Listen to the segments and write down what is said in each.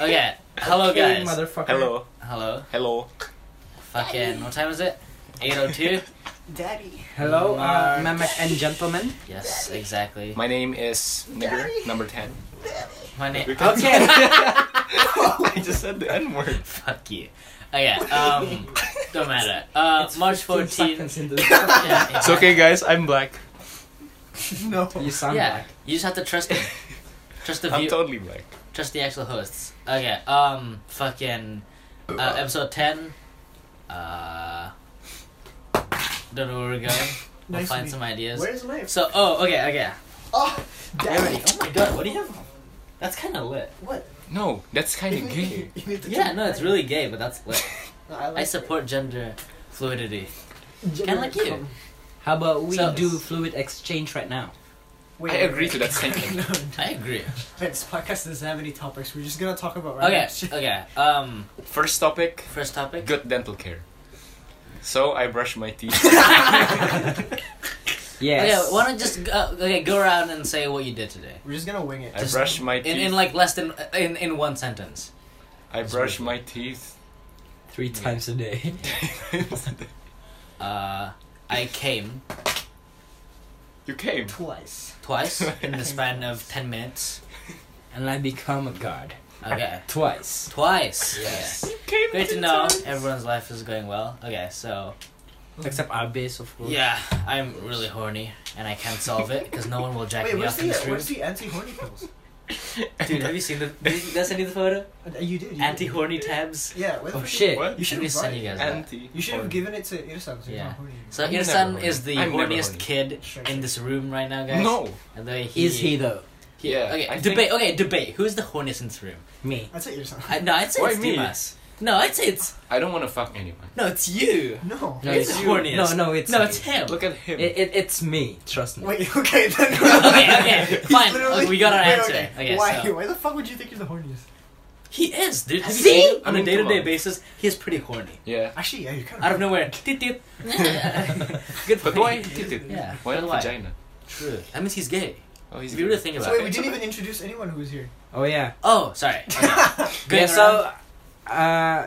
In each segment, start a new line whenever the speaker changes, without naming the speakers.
Okay. Hello
Hey,
guys.
motherfucker.
Hello.
Hello.
Hello.
Fucking. What time is it? Eight oh two.
Daddy.
Hello, uh,
Mark.
ma'am and gentlemen.
Yes, exactly.
My name is Nigger, number 10.
My name.
We can-
Okay.
I just said the N word.
Fuck you. Okay. Um. Don't matter. Uh. March
15
fourteenth.
seconds into the-
Yeah,
It's okay, guys. I'm black.
No.
you sound
yeah.
like.
You just have to trust me. Trust the
I'm
view.
totally black.
trust the actual hosts. Okay. Um. Fucking. Uh, episode ten. Uh. Don't know where we're going. We'll
Nice
find
to
some ideas.
Where's Liv?
So. Oh. Okay. Okay.
Oh,
Everybody.
daddy.
Oh my god. What do you have? That's kind of lit.
What?
No, that's kind of gay.
You need to
Yeah,
turn-
no, it's really gay, but that's lit.
No, I, like
I support gender fluidity.
it.
Kinda like you.
Com-
How about we
So-
do fluid exchange right now?
Wait,
I
wait,
agree
wait.
to that statement.
no,
I agree.
no, this podcast doesn't have any topics. We're just gonna talk about
Okay,
random shit.
okay. Um,
First topic
first topic.
good dental care. So I brush my teeth.
Yes.
Okay, why don't just uh, okay go around and say what you did today
We're just gonna wing it.
I brush my teeth.
in in like less than in in one sentence.
I brush my teeth.
Three times a day.
Uh, I came
you came.
Twice.
twice in the span of ten minutes.
and I become a god.
Okay,
Twice.
twice.
Yes.
You came.
Okay. Great to know everyone's life is going well. Okay, so
Except our base, of course.
Oh. yeah, I'm really horny and I can't solve it because no one will jack
Wait,
me
where's
off in
the,
this room.
where's the anti-horny pills?
Dude, have you seen the? Did I send you the photo?
Uh, You did. You
Anti
did.
horny tabs.
Yeah. where the
Oh,
fuck-
shit.
What?
You should be
Right.
sending you guys that.
Anti.
You should have given it to Irsan. so you're
Yeah.
not horny.
So
I'm
your
never
son
horny.
is the
I'm never
horniest
horny.
kid
Sure,
in
sure.
this room right now, guys.
No.
And the way he,
Is he though?
he-
Yeah,
Okay.
I
debate.
think-
Okay. Debate. Who's the horniest in this room?
Me.
I'd say Irsan.
I, no, I'd say
Why
it's
me?
Dimas. No, I'd say it's
I don't want to fuck anyone.
no, it's you.
No.
No,
it's
it's
the
you.
horniest.
No, no, it's
no,
me.
it's him.
Look at him.
It, it, it's me. Trust me.
Wait. Okay. Then.
okay. Okay. Fine.
Literally-
Okay, we got our
wait,
answer.
Okay.
Okay.
why?
So
Why the fuck would you think you're the horniest?
he is, dude. Have you
See?
seen him?
I
on a
mean,
day to
come
day
on.
basis, he is pretty horny.
yeah.
Actually, yeah, you're kind of.
Out of nowhere. Tip tip. Good for
But why
him.
teeth?
Yeah.
Why not
Why?
vagina?
True. That means he's gay.
Oh, he's
If you really think
So
about
wait,
it.
we didn't even introduce anyone who was here.
Oh yeah.
Oh, sorry. Okay. Going
Yeah.
around-
So, uh,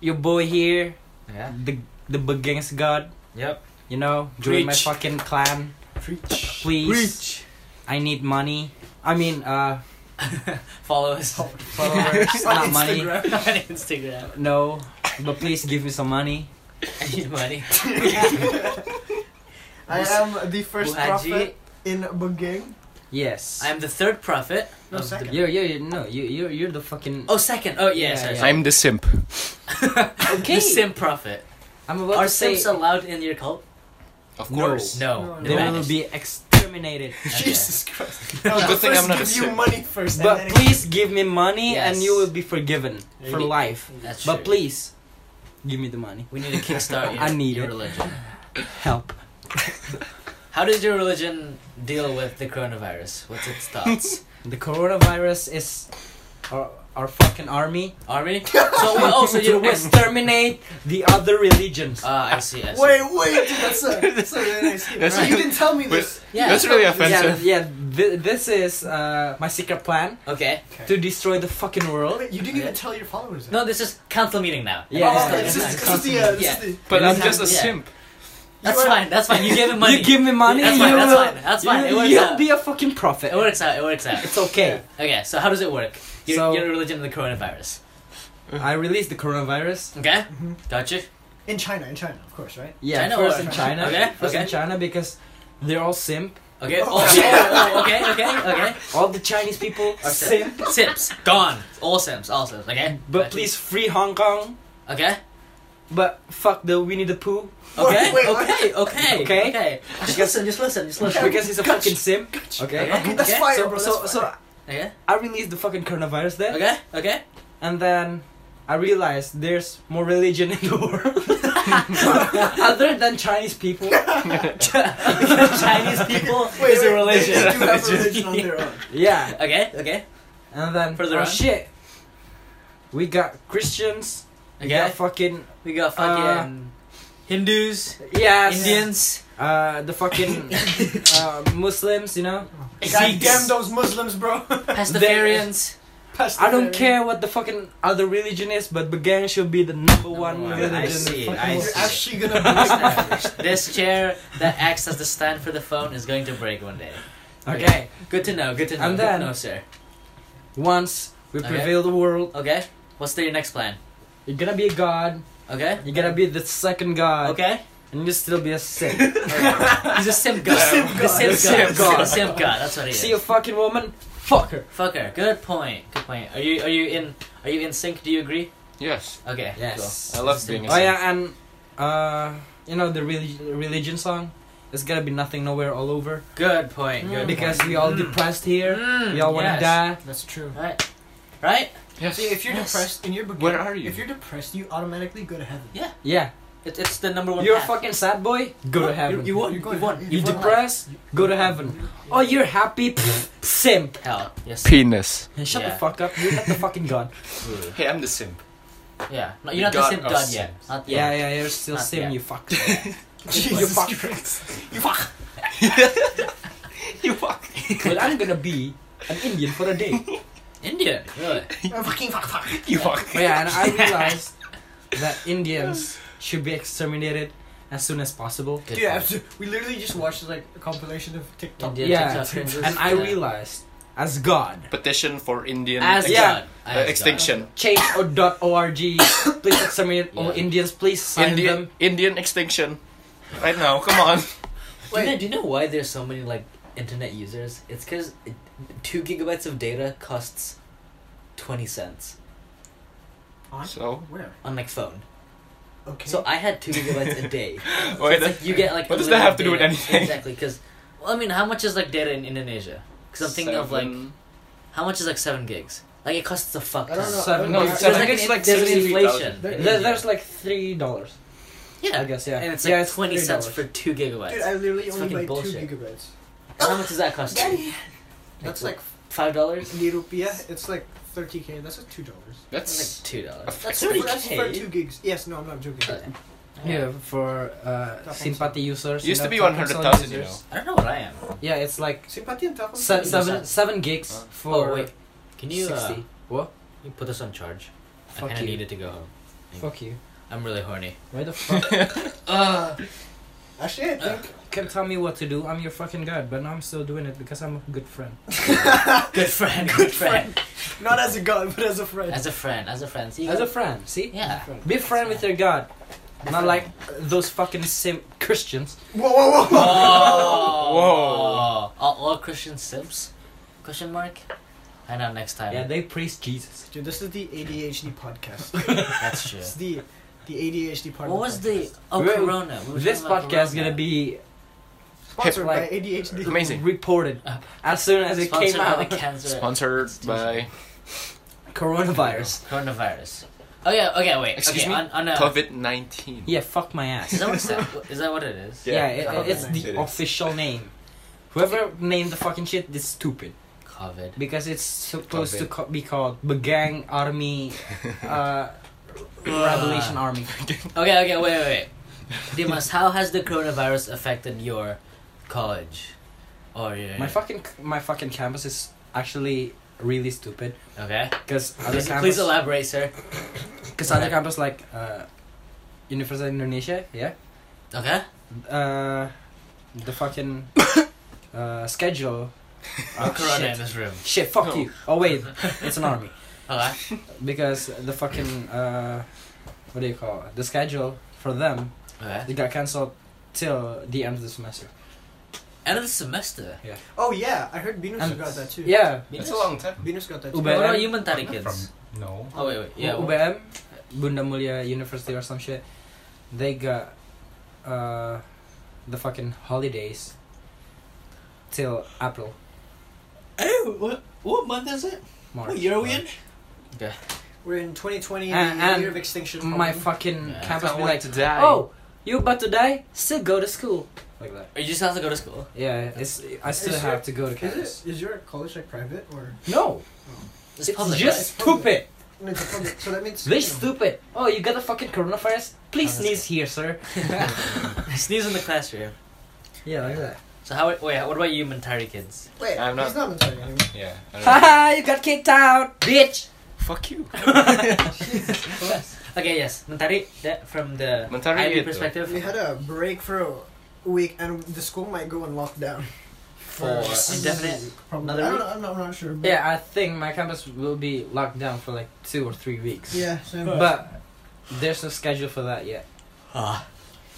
your boy here,
yeah.
the the Bagang's god.
Yep.
You know, join my
Preach.
fucking clan,
Preach.
please. I need money. I mean, uh,
Follow us on
followers, not money.
Instagram.
No, but please give me some money.
I need money.
I am the first
Buhaji,
prophet in Bangang.
Yes.
I'm the third prophet.
No,
of the-
second.
You're, you're, you're no, you, you're, you're the fucking.
oh, second. Oh, yeah,
Yeah,
sorry.
yeah.
sorry.
the simp.
Okay.
The sim prophet.
I'm about
Are
to say.
sims allowed in your cult?
Of
No.
course.
No.
No,
no
They
way.
will be exterminated.
Okay.
Jesus Christ. No,
Good thing
first
I'm not a
give you
simp.
money first. and
But
then-
please give me money,
Yes.
and you will be forgiven for
Maybe.
life.
That's
But
true.
please, give me the money.
We need to kickstart your,
I need
your
it.
religion.
Help.
How does your religion deal with the coronavirus? What's its thoughts?
The coronavirus is our, our fucking army.
Army? So, well, oh, so
to
you're with.
exterminate the other religions.
Ah, I see, I see.
Wait, wait, dude, that's a, that's a really nice hint.
That's
Right, You
really-
didn't tell me
Wait,
this.
Yeah.
That's really
yeah,
offensive.
yeah. Th- this is uh, my secret plan
Okay.
to destroy the fucking world.
Wait, you didn't even tell your followers. that.
No, this is council meeting now.
Yeah,
oh,
yeah,
okay, this,
yeah,
is,
yeah.
this is the, uh, this
Yeah.
is the.
But I'm
Yeah.
just a
Yeah.
simp.
That's
You are-
fine, that's fine. You gave him money.
You give me money,
That's
you
fine, that's
will-
fine, that's fine, it
You,
works
you'll
out.
be a fucking prophet.
It works out, it works out.
It's okay.
Okay, so how does it work? Your,
So-
your religion and the coronavirus.
I released the coronavirus.
Okay?
Mhm.
Gotcha.
In China, in China, of course, right?
Yeah,
China
first
or-
in China.
okay,
first in
okay.
China because they're all simp.
Okay. Oh, oh, oh, okay, okay, okay.
All the Chinese people are simp.
Sims. Gone. All Sims. All Sims. Okay?
But please free Hong Kong.
Okay?
But fuck the Winnie the Pooh
Okay?
Wait, wait, what?
okay, okay.
Okay.
Okay. Just listen, just listen, just listen.
because he's a fucking simp. Okay.
Okay, that's
Okay,
fire,
So
bro. That's
so
fire.
so
Okay?
I released the fucking coronavirus there,
Okay? Okay?
and then I realized there's more religion in the world other than Chinese people.
Chinese people
Wait,
is
wait,
a religion.
They do have religion on their own.
Yeah.
Okay, okay.
And then
Further
oh
on.
shit, we got Christians. We
Okay.
got fucking
We got
Uh,
fucking Hindus,
yes.
Indians.
Uh, the fucking uh, Muslims, you know.
God damn
Sikhs.
those Muslims, bro.
Pastafarians.
I don't care what the fucking other religion is, but Begang should be the number one
one.
religion.
I see it,
Fucking
I
world.
You're
see it.
actually gonna lose that.
this chair that acts as the stand for the phone is going to break one day.
Okay.
Okay, good to know. Good to know.
And
good
then-
to know, sir.
Once we
Okay.
prevail the world,
Okay, what's your next plan?
you're gonna be a god.
Okay,
You're gonna be the second god.
okay.
And you still be a saint.
He's a simp god.
simp
The
god.
simp
The simp
god.
god.
The simp god. That's what he
see a
is.
fucking woman, fuck her.
Fuck her. Good point. Good point. Are you are you in are you in sync? Do you agree?
Yes.
Okay.
Yes.
cool.
I love
Simp
being
Oh
a
god.
yeah, and uh, you know the relig- religion song. It's gonna be nothing, nowhere, all over.
Good point. Good
Because
point.
we all
Mm.
depressed here.
Mm,
We all wanna
yes.
die.
That's true.
Right. Right.
Yes.
See, if you're
Yes.
depressed and you're begin-
Where are you?
If you're depressed, you automatically go to heaven.
Yeah.
It, it's the number one.
You're a
path.
fucking sad boy. Go to heaven.
You, you won. You
You're going
won.
to-
You
you
won.
want
depressed? Go to heaven. Oh, you're happy? Pfft, simp.
Hell. Yes.
penis.
And shut
Yeah.
the fuck up. You're not the fucking god.
Ooh.
Hey, I'm the simp.
Yeah. No,
The
you're not the
god
simp
of
god yet.
simps.
Not
Yeah,
yet.
yeah, you're still
Not
simp,
yet.
you fuck. you
Jesus
fuck.
Christ.
You fuck. you fuck.
well, I'm gonna be an Indian for a day.
Indian. Really.
I'm fucking fuck fuck.
You fuck.
But yeah, and I realized that Indians should be exterminated as soon as possible.
Good
Dude,
point.
after, we literally just watched like a compilation of TikTok.
Indian
Yeah,
TikTok cringes.
And I
Yeah.
realized, as God,
Petition for Indian
As
ex-
yeah.
God.
uh,
As
extinction.
change.org, please exterminate all
Yeah.
Indians, please sign
Indian
them.
Indian extinction. Right now, come on.
God. Do you, know, do you know why there's so many like internet users? It's because two gigabytes of data costs twenty cents
On?
So
Where?
on my phone.
Okay.
So I had two gigabytes a day. So
wait.
it's like you get like.
what does that have to do with
unlimited data.
anything?
Exactly, because well, I mean, how much is like data in Indonesia? Because I'm thinking of like
Seven-
how much is like seven gigs. Like it costs a fuck.
I don't
ton.
know.
Seven
No,
gigs.
There's
seven
like, an,
gigs is like
there's an
60,000.
inflation.
There-
in
There-
India.
there's like three dollars, I
yeah,
guess. Yeah,
and it's like
yeah,
twenty cents
$3.
for two gigabytes.
Dude, I literally
It's
only
fucking
buy
bullshit.
two gigabytes.
And how much does that cost? you?
That's like
five dollars.
the rupiah. It's like thirty k. That's like two dollars.
That's
That's
like two dollars.
That's
That's
pretty
pretty
But That's for two gigs. Yes, no, I'm not joking.
Uh,
Yeah, for uh,
Tapong
sympathy users.
Used
you
to be
know, Tapong
100,000,
Song
you
users.
I don't know what I am.
Yeah, it's like
Sympathy and Tapon?
se- seven
percent.
seven gigs
Huh?
for
oh wait, can you uh,
60. What?
you put this on charge? I
Fuck
kind of
you.
needed to go home.
Fuck you.
I'm really horny.
Why the fuck?
Uh,
Actually, I think.
Can't tell me what to do. I'm your fucking god, but now I'm still doing it because I'm a good friend.
good friend, good friend.
Not as a god, but as a friend.
As a friend, as a friend. See,
As a friend, see?
yeah.
Be friend with your god. Not like uh, those fucking sim Christians.
Whoa, whoa, whoa!
Oh. Whoa.
Whoa.
All, all Christian simps? Question mark. I know. Next time.
Yeah, they praise Jesus.
Dude, this is the ADHD podcast.
that's true.
It's the the ADHD part.
What was the oh
Wait,
Corona? We were
This
talking about
podcast is
Corona.
gonna be
sponsored
like-
by ADHD?
amazing.
reported as soon as it
Sponsored
came
by
out.
the cancer
Sponsored by
Coronavirus.
coronavirus. Oh yeah. Okay. Wait.
Excuse
okay,
me?
On, on a,
COVID nineteen.
Yeah, fuck my ass.
Is that, what it's- is that what it is?
Yeah,
Yeah,
it-
okay.
it's the
It is.
official name. Whoever named the fucking shit is stupid
COVID.
because it's supposed to co- be called Begang Army uh, Revolution Army.
Okay, okay, wait, wait, wait. Dimas, how has the coronavirus affected your college? Or your
My fucking my fucking campus is actually really stupid
okay?
because other
Please, please
campus
elaborate, sir.
because other campus like uh, University of Indonesia, yeah, Oh,
Okay.
uh, the fucking uh, schedule.
No
Oh,
corona in
shit.
this room.
Shit, fuck
No.
you. Oh wait, it's an army.
Okay.
because the fucking uh, what do you call it? the schedule for them
Okay.
it got cancelled till the end of the semester.
End of the semester.
Oh yeah, I heard Venus
And-
got that too.
Yeah,
It's a long time.
Venus got that too.
Ube-
What about
UBM?
you, Mentari kids?
No.
Oh wait, wait. Yeah.
U- UBM, Bunda Mulia University or some shit, they got uh, the fucking holidays till April,
Oh, what? What month is it?
March.
Okay.
We're in 2020,
And-
the
and
year of extinction. Um,
My fucking
Yeah.
campus
Can't
be
wait
like,
to die.
oh, you about to die? Still go to school like that.
You just have to go to school.
Yeah, it's I still
Is
have
it-
to go to
is
campus.
it? Is your college like private or?
No,
It's, public. right?
just
It's
stupid.
public. No, it's a public. So that means.
They stupid. Oh, you got a fucking coronavirus? Please
Oh, that's
sneeze here, sir.
Sneeze in the classroom.
Yeah, like that.
So how? Wait, what about you, Mentari kids?
Wait,
I'm not-
he's not Mentari anymore.
Yeah. I don't know.
Haha, you got kicked out, bitch.
Fuck you.
Okay, yes, Mentari. That from the
Mentari
IB
itu.
perspective
We had a break for a week, and the school might go on lockdown.
for indefinite.
Probably.
Another
I don't
week?
know, I'm, not, I'm not sure. But
Yeah, I think my campus will be locked down for like two or three weeks.
Yeah, same.
But there's no schedule for that yet.
Ah.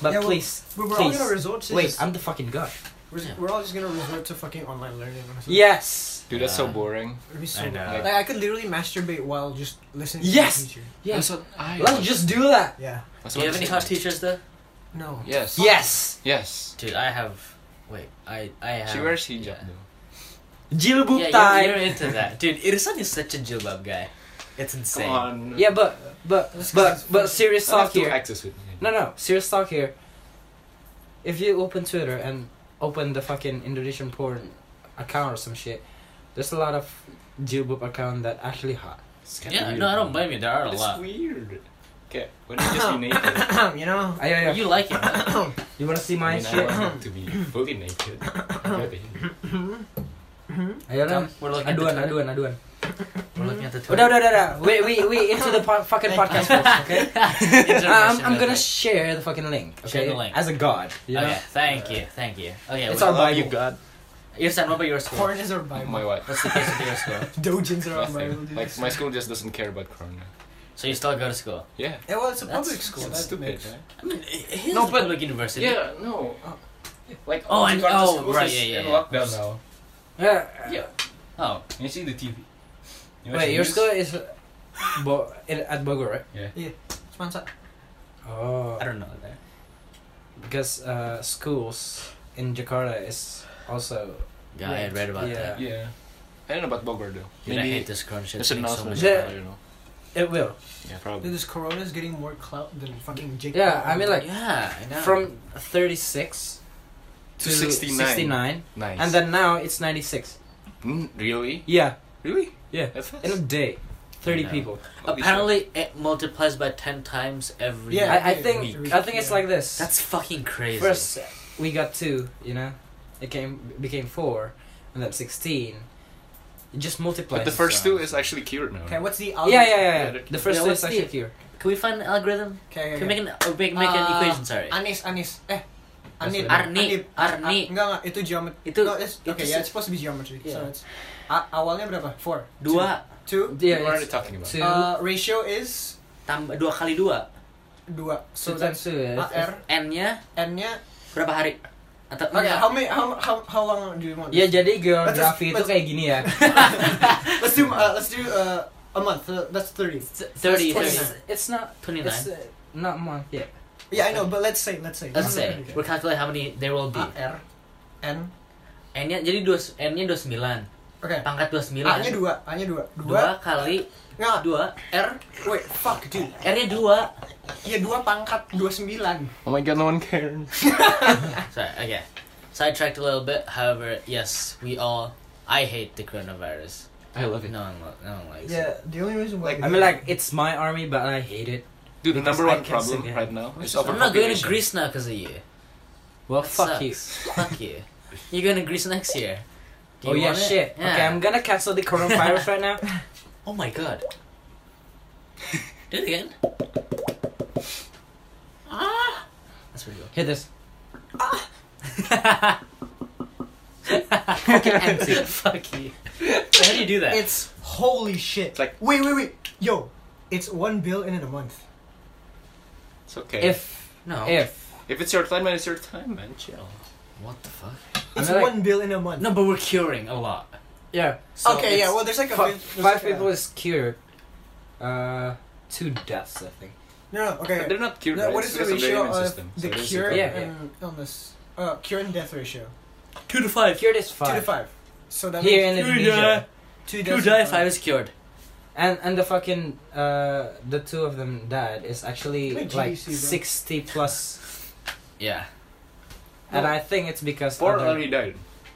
But
Yeah, well,
please,
But we're all
please.
gonna resort to
Wait,
just-
I'm the fucking god.
we're,
Yeah.
we're all just gonna resort to fucking online learning. Honestly.
Yes.
Dude, that's so
Yeah.
boring.
It'd be so
I know.
Like, I could literally masturbate while just listening
Yes!
to the teacher.
Yes.
That's what I
Let's just do that.
Yeah.
That's
Do you
what
have
I
any
said.
hot teachers though?
No.
Yes.
Yes.
Yes.
Dude, I have. Wait, I I have.
She wears hijab
yeah.
though.
Jilbab
Yeah,
time.
you're, you're into that, dude. Irsan is such a jilbab guy. It's insane.
Come on.
Yeah, but but
That's 'cause
but
it's
but
fun.
serious
I
talk
have two
here.
axes with me.
No, no, serious talk here. If you open Twitter and open the fucking Indonesian porn account or some shit, there's a lot of jilbab account that actually hot.
It's kinda
Yeah,
weird.
no, I don't blame you. There are a
It's
lot.
weird. Okay, what if you just be naked?
you know.
Ayo, ayo.
You like it? huh?
You wanna see
I
my
mean, I
shit?
want to be fully naked. Really.
Come,
Ayo, lang.
we're looking at the
Aduan,
Twitter.
aduan, aduan.
We're looking at the
Udah,
Twitter.
udah, udah, udah. We, we, we into the po- fucking podcast first, okay? Uh,
Intermission,
I'm, I'm
okay.
gonna share the fucking link, okay?
Share the link. Oh,
As a god, you know?
Okay, thank you, thank you. Okay,
It's
wait.
our
I love
Bible.
you, God.
Irsan, what about your school?
Porn is our
Oh,
Bible.
my wife.
What's the case with your school?
Dojins are our Bible.
Nothing.
dude.
Like my school just doesn't care about Corona.
So you still go to school?
Yeah.
Yeah, well, it's a
That's
public school.
That's
That's
stupid.
makes.
right?
I mean,
No,
no,
but-
public university.
Yeah. No. uh, Like
Oh,
all
and-
the Jakarta
oh,
schools
right,
is
yeah, yeah,
in
yeah.
Lockdown now.
Yeah.
Yeah.
Oh,
You see the TV. You watch
Wait,
the
your
news?
school is uh, bo- in, at Bogor, right?
Sponsor.
Oh.
I don't know that.
because uh, schools in Jakarta is also
God, I had read about
Yeah.
that.
Yeah. I don't know about Bogor though.
Dude, I hate this current shit.
There's an
thing so
announcement.
much.
Yeah.
Yeah. You know.
it will
Yeah,
Dude,
probably.
this corona is getting more clout than fucking Jake.
Yeah, I mean, like,
Yeah, I know.
from 36
To 69.
69,
Nice.
and then now it's 96
Mm, really?
yeah
Really?
Yeah.
That's fast.
in a day 30
Yeah.
people
Holy
apparently it multiplies by ten times every.
Yeah,
I, I
yeah,
think
yeah.
I think it's like this
that's fucking crazy.
first we got two you know it came became four and then 16 it just multiplies
But the first two
itself.
is actually cured now.
Okay, what's the
yeah yeah yeah, yeah.
Yeah,
the first
yeah,
two
what's
is
the-
actually here
Can we find an algorithm?
Okay, okay,
Can we make
okay.
an uh, make, make an
Uh,
equation? Sorry.
Anis, Anis. Eh,
That's
Anib.
what it
Arni,
Anib.
Arni.
Ah, Enggak, enggak. Itu geometry.
Itu-
No, it's,
itu
okay,
sih.
yeah, it's supposed to be geometry. So
Yeah.
it's... A, awalnya berapa? Four.
Dua
Two.
yeah
What are they
it's
talking about?
two
Uh, ratio is
tambah dua kali dua.
dua. So
two
that's
times two yeah, it's-
AR.
N-nya
N-nya.
berapa hari? Atau
Okay, how many? How, how, how long do you want?
Ya
this?
jadi geografi itu
Let's-
kayak gini ya.
Let's do. Uh, let's do uh, a month. Uh, that's thirty.
Thirty.
That's
Thirty.
It's, it's not it's
Twenty-nine.
uh, not month yet.
Yeah, I know, but let's say, let's say.
Let's say we're calculating how many there will be.
A R N. Ah.
N-nya jadi dua N-nya dua sembilan.
Okay.
Pangkat dua sembilan.
A-nya Ah, dua, A-nya dua,
Dua
dua.
kali
Nggak,
dua.
R. Wait, fuck, dude.
R-nya dua.
Ya dua pangkat dua sembilan.
Oh my god, no one cares.
Ah.
Sorry, okay. Sidetracked a little bit. However, yes, we all. I hate the coronavirus.
I love
No one, lo- no one likes it.
Yeah, the only reason why.
I mean like it's my army but I hate it.
Dude, the
Because
number
I
one
can sing
problem
it.
right now is
I'm not going to
overpopulation.
Greece now because of you.
Well
That
Oh, fuck you.
Fuck you. You're going to Greece next year. Do
oh
you
yeah
want it?
shit.
Yeah.
Okay I'm gonna cancel the coronavirus right now.
Oh my god. Do it again. Ah. That's pretty
Hear this.
good.
Fucking empty.
Fuck you. How do you do that?
It's holy shit.
It's like-
wait, wait, wait, yo, it's one bill in a month.
It's okay. If
If
no.
if
if it's your time, then it's your time, man. Chill.
What the fuck?
It's
mean, like-
one bill in a month.
No, but we're curing a lot.
yeah
So
okay, yeah,
it's-
well, there's like a
fi-
there's
five
like a-
people is cured. Uh two deaths I think.
No, no, okay.
They're not cured.
No,
right?
what
It's
is the
because of
ratio
immune
of
system, so
the
there's a
cure
problem.
Yeah.
and illness? Uh, cure and death ratio.
Two to five.
Cured is five.
Two to five. So that
Here in
means
Two
Indonesia.
two,
Two
deaths
die,
in a
five
month.
is cured.
And and the fucking uh the two of them died is actually
Wait,
like
GDC, bro.
sixty plus
Yeah.
and I think it's because
Four
other-
already died.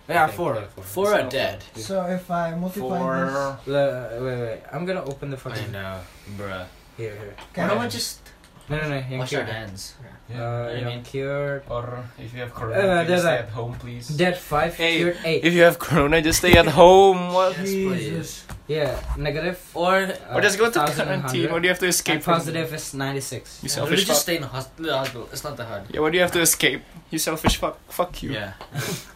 I
yeah
think.
four.
Four
It's
are
not
dead.
four.
So if I multiply this,
Four.
Le- wait, wait. I'm gonna open the fucking
know, bruh.
here, here.
okay,
Why don't we just
No, no, no. Yang
Wash your
cured.
hands.
Uh,
I mean-
young cured.
Or if you have corona,
Uh,
please
there's
stay
a-
at home, please.
Dead five,
Hey,
cured eight.
If you have corona, just stay at home. What?
Yes, please.
yeah, negative. Uh,
Or
Or just go to
1,100.
quarantine. What do you have to escape
And
from?
positive is ninety six.
You
really
selfish
just
fuck.
stay in the hos- the hospital. It's not that hard.
Yeah, what do you have to escape? You selfish fuck. Fuck you.
Yeah.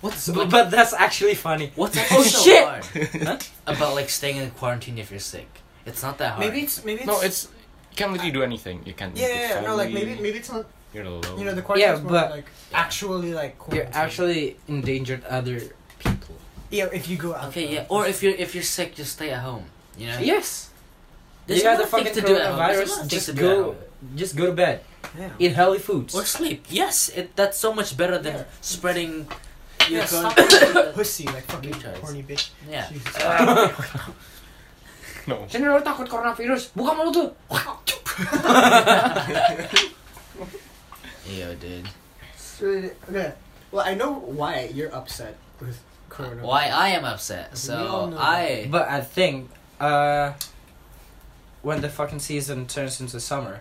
what's like,
But, but that's actually funny.
what's actually
Oh,
so
shit!
hard about like staying in quarantine if you're sick? It's not that hard.
Maybe it's maybe it's
No, it's. You can't really do anything. You can't. eat
yeah, yeah, yeah, no,
fully.
like maybe maybe it's not
You're alone.
you know the quarantine
Yeah,
is more
but-
like actually like
You're
quarantine.
actually endangered other people.
yeah if you go out
Okay,
uh,
yeah. Or if you're if you're sick, just stay at home. You know.
Yes.
There's
you
a lot
got the
of things
fucking
to do at home. There's a lot
coronavirus.
of things to
Just
do at
go.
home.
Just go to bed.
yeah.
Eat healthy foods.
Or sleep. Yes, it, that's so much better than
Yeah.
spreading.
Yeah,
your
stop
con-
pussy like fucking
Retards.
horny bitch
yeah.
Jesus.
Uh, No.
Uh, General takut coronavirus. Buka mulut tuh.
Yo, dude.
So, okay. Well, I know why you're upset with Corona.
Why I am upset.
We all
So
know.
I.
But I think uh, when the fucking season turns into summer,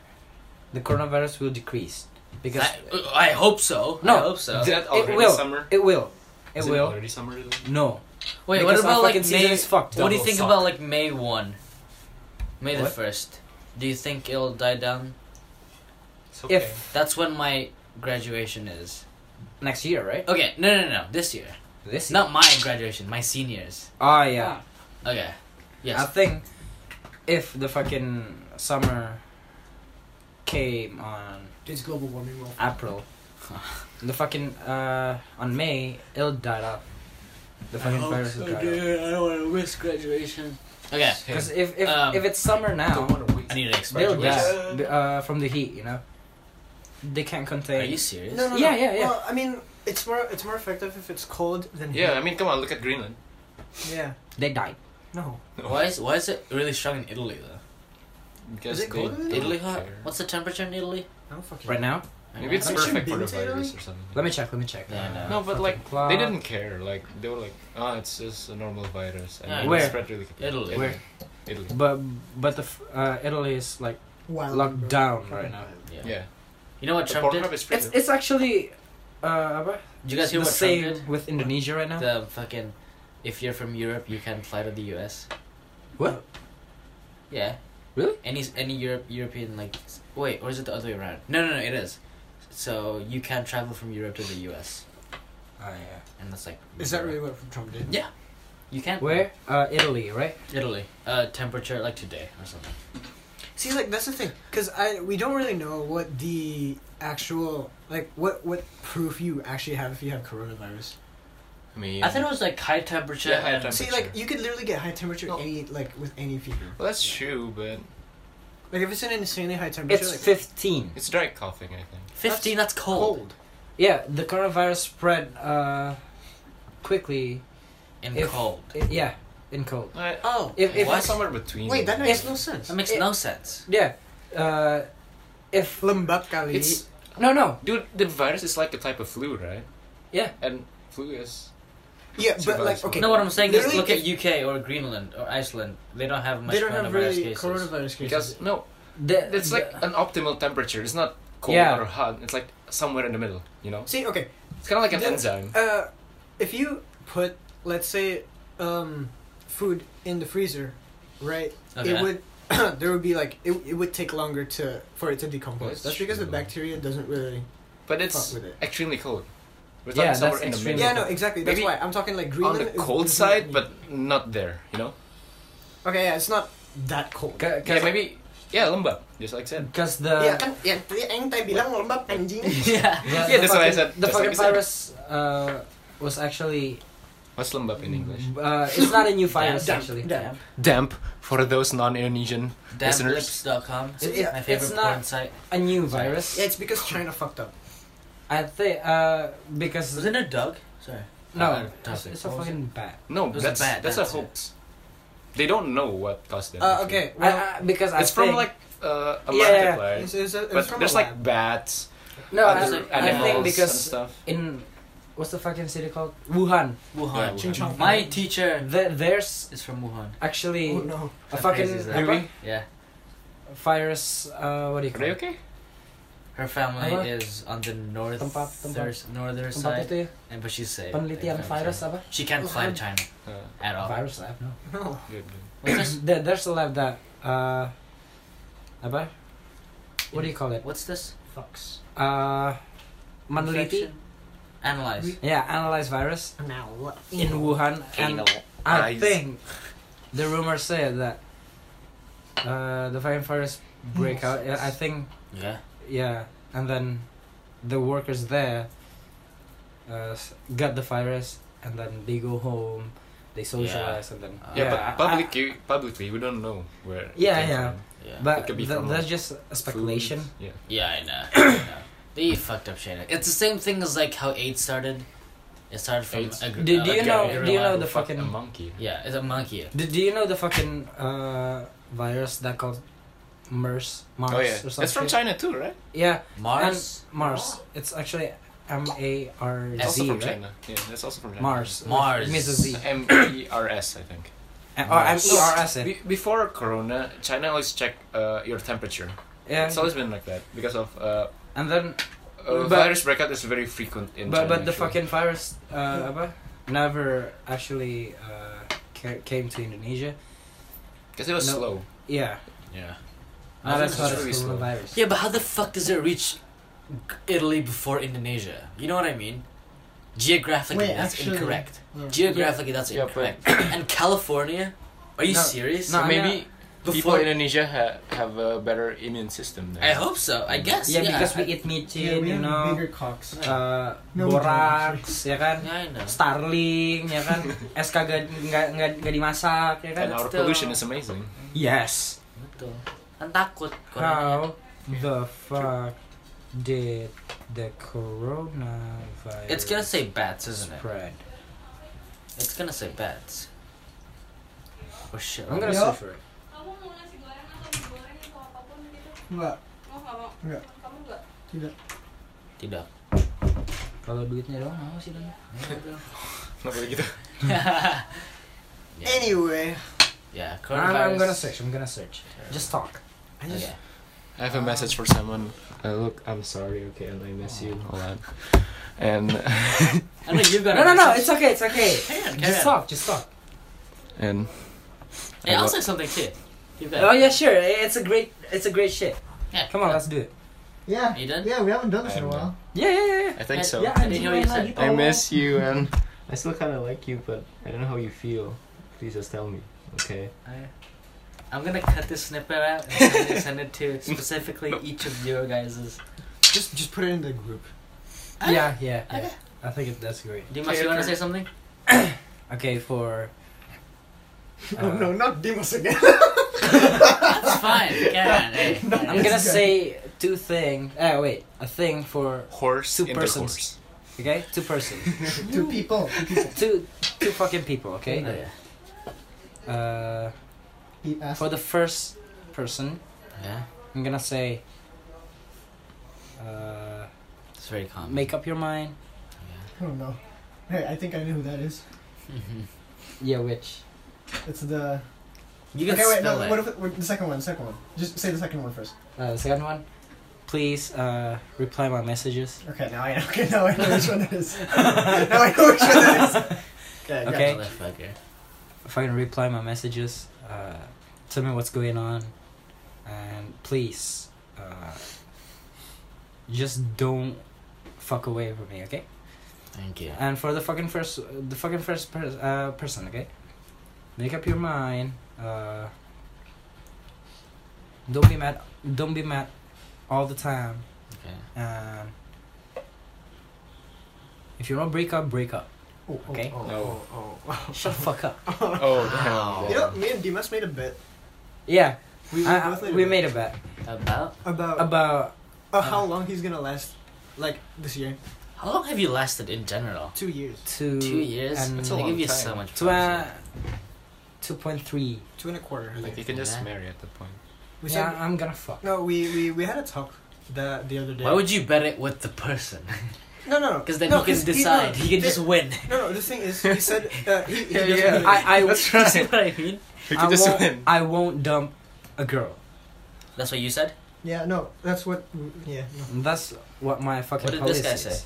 the coronavirus will decrease because
I, I hope so.
No,
I hope so.
that
already will.
summer?
it will. It
Is
will.
already summer? though?
no.
Wait, what
Because our
about like
fucking season
May?
is fucked.
What do you
Double
think
suck.
about like May one, May the
What?
first? Do you think it'll die down?
It's okay.
If
That's when my graduation is.
next year, right?
Okay, no, no, no, this year.
This year.
Not my graduation, my seniors.
Ah, yeah.
Okay.
I
Yes.
think if the fucking summer came on
It's global warming. Well,
April, the fucking uh on May it'll die out. The fucking virus will die out.
I don't want to risk graduation. Okay.
Because if if,
Um,
if it's summer now,
I need an
They'll
expression.
die b- uh, from the heat, you know. They can't
Are
contain.
you serious?
no, no,
Yeah,
no.
yeah, yeah.
Well, I mean, it's more it's more effective if it's cold than
Yeah, I mean, come on, look at Greenland.
heat. yeah.
They died.
No,
Why is why is it really strong in Italy though?
Because
Is it
they
cold in
don't
Italy hot?
care.
What's the temperature in Italy?
I don't fucking.
Right now?
Maybe it's
Haven't you
perfect for
been
the
to Italy?
virus or something.
Let me check, let me check.
Yeah, I know.
No, but
fucking
like
clock.
they didn't care. Like they were like, ah, it's just a normal virus. And
Yeah,
it
Where?
Spread really quickly.
Italy.
Where?
Italy.
But but the f- uh, Italy is like
Wild,
Locked
bro.
down
Fucking
right now.
wild.
Yeah.
Yeah.
You know what
The
Trump
pork
did?
rub
Did
is free.
it's it's actually uh what?
you guys hear
the
what Trump
same
did?
with Indonesia right now.
The fucking, if you're from Europe, you can fly to the U.S.
What?
Yeah.
Really?
Any any Europe European like s- wait or is it the other way around? No no no it is. So you can travel from Europe to the U.S.
Oh yeah.
and that's like.
Is that really what Trump did?
Yeah. You can.
Where? Uh, Italy, right?
Italy. Uh, temperature like today or something.
See, like that's the thing, because I we don't really know what the actual like what what proof you actually have if you have coronavirus.
I mean,
I thought it was like high temperature.
Yeah, high
and-
temperature.
See, like you could literally get high temperature
No.
any like with any fever.
well, that's true, but
Like if it's an insanely high temperature,
It's
like
15.
it's dry coughing. I think.
Fifteen. That's, cold.
cold.
Yeah, the coronavirus spread uh quickly.
And
If-
cold.
i- yeah, in cold.
I,
Oh,
If if
What?
it's somewhere between.
wait, that
them.
makes no sense.
That makes
it-
no sense.
yeah, uh, if
Lembab kali.
It's
no no
dude. The virus is like a type of flu, right?
Yeah.
And flu is.
yeah, but like
Survival.
okay,
No, what I'm saying is
Literally,
look
if-
at UK or Greenland or Iceland. They don't have much
they don't
coronavirus
have really
cases.
coronavirus cases.
Because no,
the,
it's like an optimal temperature. It's not cold
Uh, Yeah.
or hot. It's like somewhere in the middle. You know,
see, okay,
it's kind of like an
That's-
enzyme.
uh, if you put let's say um, food in the freezer, right?
Okay.
It would there would be like it, it would take longer to for it to decompose.
That's
That's, because the
true.
bacteria doesn't really
But
fuck
it's
with it.
extremely cold. We're
Yeah,
talking
that's
somewhere in the
extremely
middle.
Yeah, no, exactly. That's
Maybe
why I'm talking like
on
Greenland.
the
is-
cold
is not
side,
really-
but not there. You know.
okay, yeah, it's not that cold.
ca-
Okay,
cause,
maybe yeah, lembab. Just like I said.
because the
yeah,
uh,
kan? Ya, tadi Aang tadi bilang lembab anjing.
yeah.
Yeah,
Yeah, that's
fucking,
what I said.
The
That's what
fucking
I said.
virus uh, was actually.
What's lembab in English?
Uh, it's not a new virus,
Damn,
actually.
damn.
Damp for those non-Indonesian. Listeners.
Dampblips.com.
It-
Yeah,
My
it's
favorite
not-
porn site.
A new virus.
Yeah, it's because China fucked up.
I think uh, because
Was it a dog? Sorry.
no,
Uh,
it's,
topic.
it's a
What was
fucking bat.
No,
It was
that's
bad,
that's,
that's
a
it.
hoax. They don't know what caused that.
Uh,
actually.
okay,
I,
well,
I, because I
it's from
think-
like uh, a
Yeah,
market,
yeah.
right?
it's, it's, a- it's
But
from
there's
a
like
lab.
bats,
no, I,
other
I
animals,
think
and
because
stuff.
in what's the fucking city called Wuhan?
Wuhan.
Yeah, Wuhan.
My teacher
The, there's
is from Wuhan.
actually
Oh no.
a
How crazy
fucking
is that?
a
Really?
Yeah.
virus. Uh, what do you
Are
call
they
it?
okay?
Her family
Apa?
is on the north,
Tempat- tempat-
thir- northern side,
Tempat itu ya,
and but she's safe.
penelitian
Like,
virus apa?
She can't fly to China
Uh,
at all.
Virus lab, no.
No.
good, good.
What's this?
there, there's a lab that, uh, apa? What do you call it?
What's this?
Fucks.
Uh,
Infection?
meneliti.
Analyze.
Yeah, analyze virus
Now what?
in Wuhan, and I
Eyes.
think the rumor said that uh, the fucking virus break out. Yeah, I think
Yeah.
yeah, and then the workers there uh, s- got the virus, and then they go home, they socialize, and then
Yeah,
Yeah,
I- I-
but publicly, publicly, we don't know where. it
Yeah,
came
yeah.
from.
Yeah.
But
It could be
tha-
from
that's just a speculation.
Food, Yeah.
Yeah, I know. I know. They fucked up shit. It's the same thing as like how AIDS started. It started from
AIDS?
a gr-
Do-
uh,
do
like
you
a
know-
gorilla.
do you know
Who
the
fucked
fucking-
a monkey?
Yeah, it's a monkey.
Do, do you know the fucking uh, virus that called MERS? Mars
Oh yeah,
or
it's from
something?
China too, right?
Yeah,
Mars.
Mars. It's actually M A R
It's also
Z,
from
right?
China. Yeah, that's also from China.
Mars.
Mars.
Mrs. Z.
M E R S, I think.
Uh, Or M
Mars.
E R S.
Be- before Corona, China always check uh, your temperature.
Yeah.
It's always been like that because of uh,
And then,
uh,
But-
virus breakout is very frequent in
but
China.
but the
actually.
fucking virus, uh, apa? Never actually uh, ca- came to Indonesia.
because it was
No.
slow.
Yeah.
Yeah.
Now
think
that's
it's
not a
really slow.
coronavirus.
Yeah, but how the fuck does it reach Italy before Indonesia? You know what I mean? Geographically,
Wait,
that's
actually-
incorrect.
Yeah.
Geographically, that's
Yeah, but-
incorrect. and California? Are you
No,
serious?
no, So I mean- maybe
Before-
Indonesia ha- have a better immune system. than-
I hope so. I guess.
Yeah,
Yeah,
because we
I,
eat meat,
Yeah, we
you
have
know.
bigger cocks.
Uh,
No, we don't,
borax, ya kan?
I know.
Starling, ya kan? Es kagak nggak nggak nggak dimasak, ya kan?
And our
That's
pollution
the-
is amazing.
Yes.
Betul. Kan takut. corona.
How the fuck did the coronavirus
It's gonna say bats, isn't it?
spread?
It's gonna say bats. Oh shit.
I'm gonna
Yup.
suffer it.
Kamu mau nasi goreng atau mie goreng atau apapun gitu?
Enggak.
Mau nggak mau?
Nggak.
Kamu nggak?
Tidak.
Tidak.
Kalau duitnya doang mau sih dong.
Not really good.
yeah.
Anyway,
yeah,
I'm,
coronavirus.
I'm gonna search. I'm gonna search. Just talk.
I just
Okay.
I have a message for someone. Uh, look, I'm sorry, okay, and I miss you a lot. And
I know you've got.
No
a
no no.
message.
It's okay. It's okay.
Carry on, carry
Just
on.
talk. Just talk.
and
Hey, I'll say something too. You bet.
Oh yeah, sure. It's a great. It's a great shit.
Yeah.
Come on, let's do it.
yeah.
Are you done?
Yeah, we haven't done this
I
in a
am
while.
Yeah yeah yeah. yeah.
I think so.
Yeah, I didn't hear what you said.
I miss you, and oh. I still kind of like you, but I don't know how you feel. Please just tell me, okay?
I- I'm gonna cut this snippet out and send it, send it to specifically each of your guys'
Just just put it in the group.
Yeah yeah. yeah. I think it, that's great.
Dimas, you wanna say something?
Okay for.
oh
uh,
no, not Demos again.
That's fine. Can eh?
I'm gonna say two thing. Ah wait, a thing for
Horse
Two persons. okay two person,
Two people.
two two fucking people.
Oh,
Okay.
yeah.
Uh,
He asked.
for the first person,
yeah,
I'm gonna say. Uh,
it's very common.
make up your mind.
I don't know. Hey, I think I know who that is.
Mhm.
Yeah, which?
It's the.
You can
okay, wait,
spell
no.
it.
What if it, what, the second one? Second one. Just say the second one first.
Uh, the second one. Please uh, reply my messages.
Okay, now I know. Okay, now I know which one it is. now I know which one it is. Okay.
Okay.
Motherfucker.
Fucking reply my messages. Uh, tell me what's going on, and please, uh, just don't fuck away from me, okay?
Thank you.
And for the fucking first, the fucking first pers- uh, person, okay? Make up your mind. Uh, don't be mad. Don't be mad all the time.
Okay.
And if you don't break up, break up.
Oh, oh,
Okay.
Oh,
No.
oh, oh.
Shut the fuck up.
Oh,
Wow.
damn.
You know, me and Dimas made a bet.
Yeah,
We, we,
I- I-
both made,
we
a bet
made a bet
About
about, about
about
uh, how long he's gonna last, like this year.
how long have you lasted in general?
Two years.
two.
Two years.
And
they
That's a long
give you
time.
so much.
Two, uh,
privacy.
2.3.
Two and a quarter. I
Like,
think.
you can just
Yeah.
marry at that point.
We
yeah,
said,
I'm gonna fuck.
no, we, we we had a talk the the other day.
Why would you bet it with the person?
No, no, no.
Because then
no,
he can
'cause no,
decide. He can
the-
just win.
No, no. The thing is, he said uh, he, he
Yeah,
doesn't
yeah.
really-
I, I,
That's
You see
right.
what I mean?
You
I,
can just
won't,
win.
I won't dump a girl.
That's what you said.
Yeah, no, that's what. mm, Yeah, no.
And that's what my fucking
What did
policy
this guy
is.
say?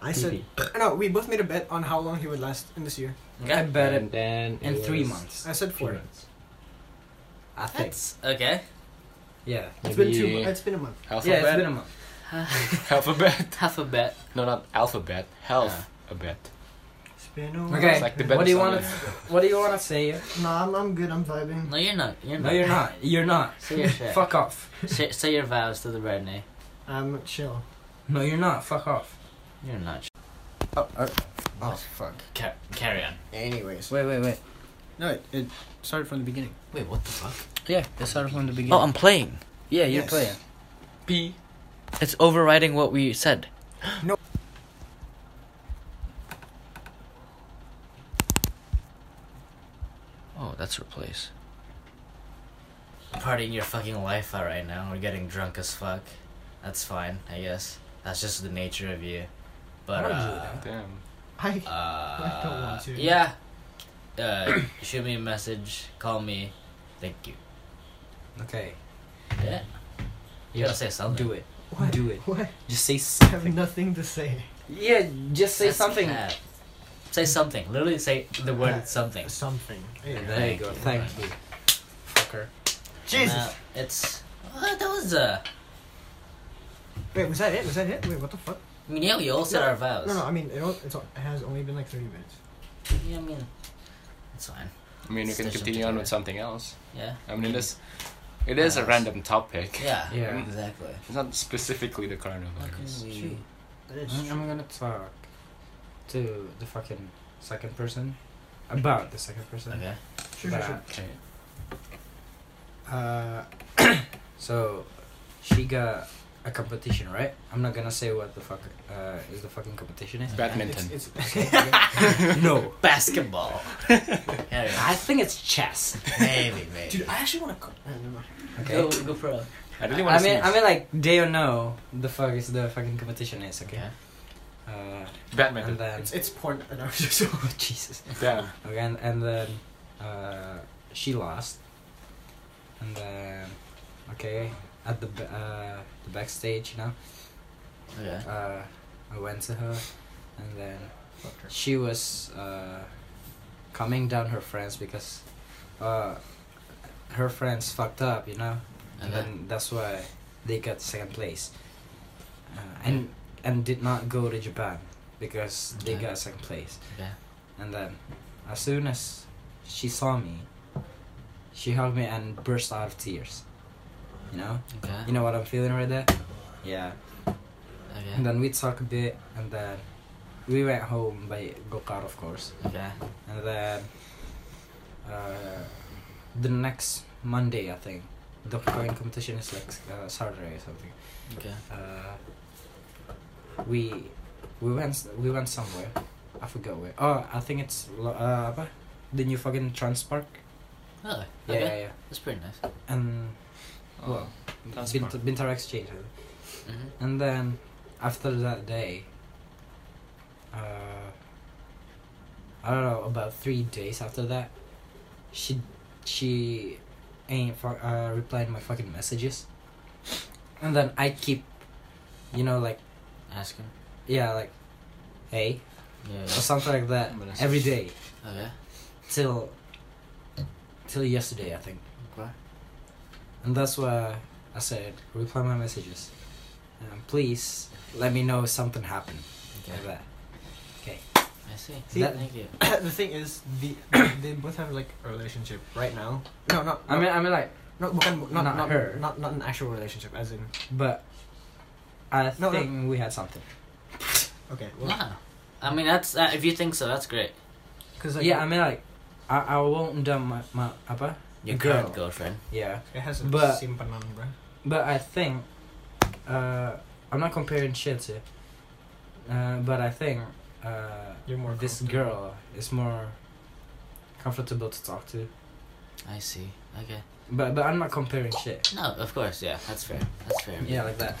I said no. We both made a bet on how long he would last in this year.
I
Okay.
bet
and
it
then
in
it
three
was
months.
I said
Three
four.
months.
I think.
That's okay.
Yeah.
It's been two.
Maybe
mo- It's been a month.
Alphabet.
Yeah, it's been a month.
alphabet.
Half a bet.
No, not alphabet. Health. A bet.
It's been a
Okay.
It's like the bet
what do you
song,
want?
yeah.
What do you want to say?
Nah, I'm, I'm good. I'm vibing.
No, you're not. You're not.
No, you're not. You're not.
Say your shit.
Fuck off.
Say, say your vows to the redney.
I'm chill.
No, you're not. Fuck off.
You're not.
Oh,
oh,
fuck.
Ca- carry on.
Anyways,
Wait, wait, wait.
no, it, it started from the beginning.
Wait, what the fuck?
Yeah, let's start from the beginning.
Oh, I'm playing.
yeah, you're
Yes.
playing.
P.
It's overriding what we said. Oh, that's replace. Partying your fucking life out right now. We're getting drunk as fuck. That's fine, I guess. That's just the nature of you. But
I don't do
uh,
that.
Damn.
I
uh,
I don't want to.
Yeah. Uh, shoot me a message. Call me. Thank you.
Okay.
Yeah. You gotta say something.
Do it.
what?
Do it.
What?
Just say
I
something.
have nothing to say.
Yeah, just say
That's
something.
bad. Say something. Literally say the word something.
Something.
There
Thank
you go.
you.
Thank you. Fucker.
Jesus.
Uh, it's. What? That was uh.
Wait, was that it? Was that it? Wait, what the fuck?
I mean, yeah, we all said
No,
our vows.
No, no. I mean, it, all, it's, all- it has only been like thirty minutes.
Yeah, I mean, it's fine.
I mean, we can
Stitch them
continue on
together.
with something else.
Yeah.
I mean, it is, it is a
Yes.
random topic.
Yeah.
Yeah.
Exactly.
It's not specifically the
How can
coronavirus.
we?
Shoot. That is
Mm. I'm, I'm gonna talk to the fucking second person about the second person.
Okay.
Sure, sure, sure.
But,
Okay.
Uh, so she got a competition, right? I'm not gonna say what the fuck uh, is the fucking competition is.
Badminton.
It's, it's,
no,
Basketball. There we
I think it's chess.
go. Maybe, maybe.
dude, I actually want to. Oh, never mind.
Okay.
go, go pro.
I really want
I
to
mean,
see
I mean, like, do you know the fuck is the fucking competition is? Okay. Uh, and
badminton.
then
It's, it's porn. And I was just so
oh Jesus.
Damn.
Okay, and, and then uh, she lost, and then okay, at the ba- uh, the backstage, you know,
Okay.
uh, I went to her, and then she was uh, coming down her friends because uh, her friends fucked up, you know, and
Okay.
then that's why they got second place, uh, and and did not go to Japan because they
Okay.
got second place.
Okay.
And then, as soon as she saw me, she hugged me and burst out of tears. You know,
Okay.
you know what I'm feeling right there. Yeah. And
Okay.
then we talked a bit, and then we went home by go kart, of course.
Okay.
And then uh, the next Monday, I think, the coin competition is like uh, Saturday or something.
Okay.
Uh, we we went we went somewhere. I forgot where. Oh, I think it's Lo- uh, apa? the new fucking trans park.
Oh.
Yeah,
Okay.
yeah, yeah.
That's pretty nice.
And
Oh,
well,
that's
Bint-
smart.
Bintar exchange.
hmm
And then after that day, uh, I don't know about three days after that, she she ain't fu- uh, replying my fucking messages. And then I keep, you know, like
Ask him.
yeah, like hey
Yeah.
or something like that
I'm gonna
every
search.
day
yeah. Okay.
till till yesterday, I think.
Okay.
And that's why I said reply my messages. Um, please let me know if something happened.
Okay.
Like that.
I see.
See,
That-
Thank you.
the thing is, the they both have like a relationship right now. No, not.
I mean, I mean, like,
no, bukan, not,
not
not, not
her.
Not not an actual relationship, as in.
but I
No, no.
think we had something.
Okay. Well,
Wow. I mean, that's uh, if you think so, that's great.
because like,
yeah, I mean, like, I, I won't dump my, my apa.
Your
Girl.
current girlfriend.
Yeah,
it has a
but-
simpanan, bro.
but I think, uh, I'm not comparing shit to, uh, but I think, uh,
You're more
this
comfortable.
girl is more comfortable to talk to.
I see. Okay.
But but I'm not comparing shit.
No, of course. Yeah, that's fair. That's fair.
Yeah, like that.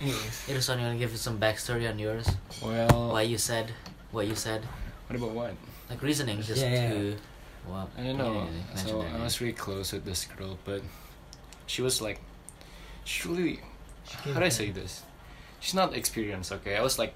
Anyways,
Irusan, you wanna give us some backstory on yours?
Well,
Why you said what you said?
what about what?
Like reasoning, just
Yeah, yeah.
to. Well,
I don't
you
know.
didn't mention
So
that,
I was really close with this girl, but she was like, she really how do I say this? She's not experienced, okay? I was like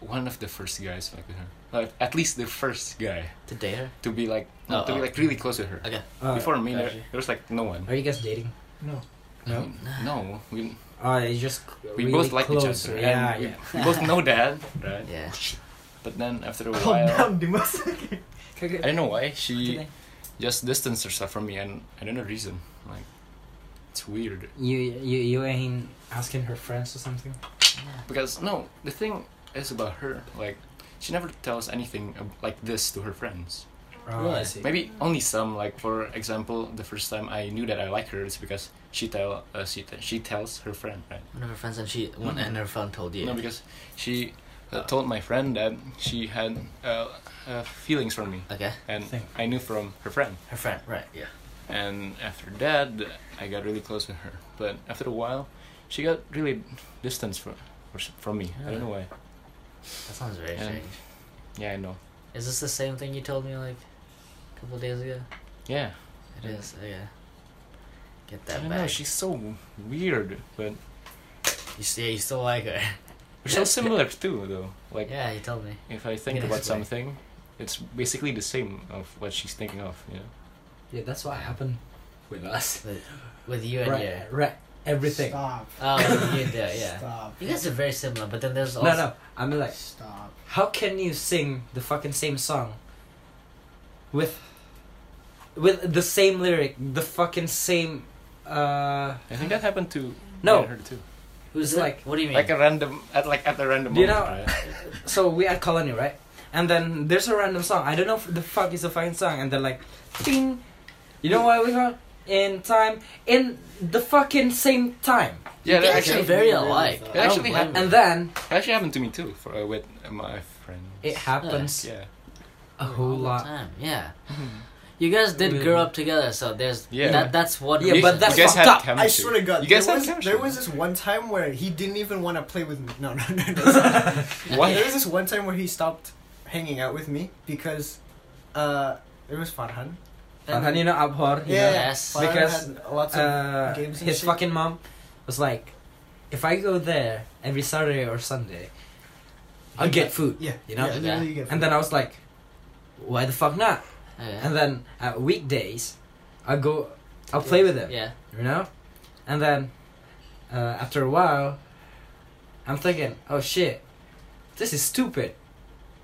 one of the first guys like with her. Like at least the first guy
To date her?
to be like no,
Oh,
to be
oh.
like really close with her.
Okay.
Uh,
Before me there,
gotcha.
there was like no one.
Are you guys dating?
No.
No?
Um, No. We
Uh, it's just
we
really
both like
close.
each other.
Yeah,
and we,
yeah.
we both know that, right? Oh,
Yeah.
But then after
Oh,
a
Calm
while
down, Dimas.
I don't know why she just distanced herself from me and I don't know reason. Like it's weird.
You you you ain't asking her friends or something.
Because no, the thing is about her, like she never tells anything ab- like this to her friends.
Oh, I
Really?
see.
Maybe only some. Like for example, the first time I knew that I like her is because she tell uh, she t- she tells her friend. Right?
One of her friends and she one and her friend told you.
No, because she uh, told my friend that she had uh, uh, feelings for me,
okay.
and
Thank-
I knew from her friend.
Her friend, right, yeah.
And after that, I got really close with her. But after a while, she got really distant from from me. I don't know why.
That sounds very
Yeah.
strange.
Yeah, I know.
Is this the same thing you told me like a couple days ago?
Yeah,
It is, okay. Get
I
that
don't know.
back.
She's so weird, but
You see, yeah, you still like her.
we're so similar too, though. Like.
yeah, you told me.
If I think
Yeah,
about
it's like-
something, it's basically the same of what she's thinking of. You know?
Yeah, that's what happened with us.
With, with you and
Right,
your.
right. Everything.
Stop.
Oh, with you and the, yeah.
Stop.
You guys are very similar, but then there's
No,
also.
no. I'm like,
Stop.
how can you sing the fucking same song with with the same lyric, the fucking same? Uh,
I think that happened to
No.
her too.
Who's
It's
like?
like-
What do you mean?
Like a random at like at a random
You
moment.
know-
right?
so we at colony, right? And then there's a random song. I don't know if the fuck is a fucking song. And they're like, ding. You know what we got? In time, in the fucking same time.
They're
Yeah, that
actually
actually
very
really
alike. Oh, I
though.
It
don't
actually
blame
happened.
them.
And then
actually happened to me too for uh, with uh, my friend.
it happens
Yeah,
a whole
All the
lot.
time, Yeah. You guys did
Really?
grow up together, so there's
Yeah.
that, that's what.
Yeah, but
reason.
that's
you guys
fucked
had
up.
chemistry.
I swear to God,
you guys
there,
had
was,
chemistry.
there was this one time where he didn't even want to play with me. No, no, no, no.
Why?
there was this one time where he stopped hanging out with me because uh, it was Farhan.
And then you know, abhor. You
Yeah,
know?
Yes.
Farhan
Because,
had lots of
uh,
games and
his
shit.
fucking mom was like, if I go there every Saturday or Sunday, I'll get food.
yeah,
you know?
yeah,
Yeah.
literally you get
And then I was like, why the fuck not?
Okay.
And then at weekdays, I'll go, I'll play with him,
yeah.
you know? And then uh, after a while, I'm thinking, oh shit, this is stupid,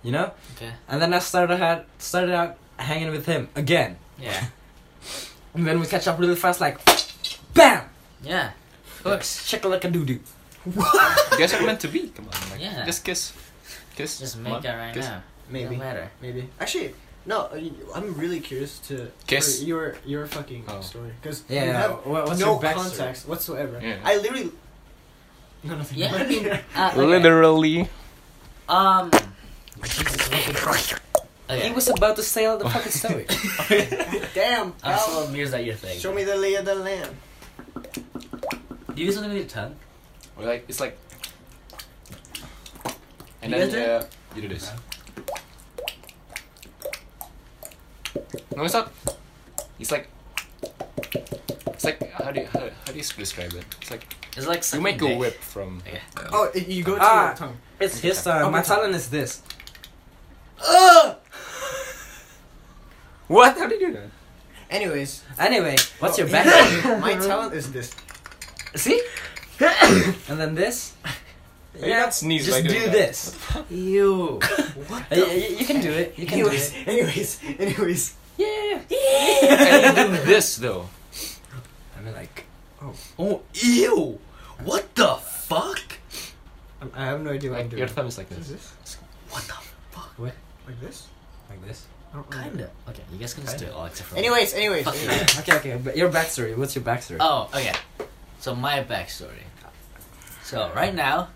you know?
Okay.
And then I started had started out hanging with him again.
Yeah.
And then we catch up really fast, like, bam!
Yeah.
Looks shake like a doo doo.
you guys are meant to be. Come on, like,
Yeah.
Just kiss, kiss.
Just
come
make
on,
it right
kiss.
now.
maybe,
No matter.
maybe. Actually, no. I mean, I'm really curious to
Kiss.
for your your fucking
Oh.
story because
Yeah.
you have
wha- what's
no
your backstory?
context whatsoever.
Yeah.
I literally. No, nothing.
Yeah. I mean, uh, okay.
Literally.
Um.
He
Okay.
was about to say all the fucking story.
Damn.
I'm
pal.
so amused at your thing.
Show me the lay of the land.
Do you do something with your tongue?
Or like it's like. And
You
then
guys do
uh, you do this. No, it's not. It's like. It's like how do you how, how do you describe it? It's like
It's like
you
sucking
make a
dick.
whip from.
Yeah.
Oh, it- you go to
Ah.
your tongue.
it's his time.
Oh,
My
my turn.
talent is this.
What? How do you do that?
Anyways,
Anyway, what's your
oh,
backstory?
My talent is this.
See? and then this?
You not sneeze
just
by doing
do
that.
this.
You.
You, you- you can do it. You can do
Anyways,
it.
anyways, anyways.
Yeah.
And you do this though.
I mean, like,
Oh, ew! What the fuck?
Um, I have no idea what I'm
Like
doing.
your thumb is like
What is
this.
this?
What the
Like this?
like this.
I don't really
Kinda. Okay, you guys can just do it, Alexa. For
Anyways, anyways.
Fuck
anyways.
Okay, okay. But your backstory. What's your backstory?
Oh, okay. So my backstory. So right now,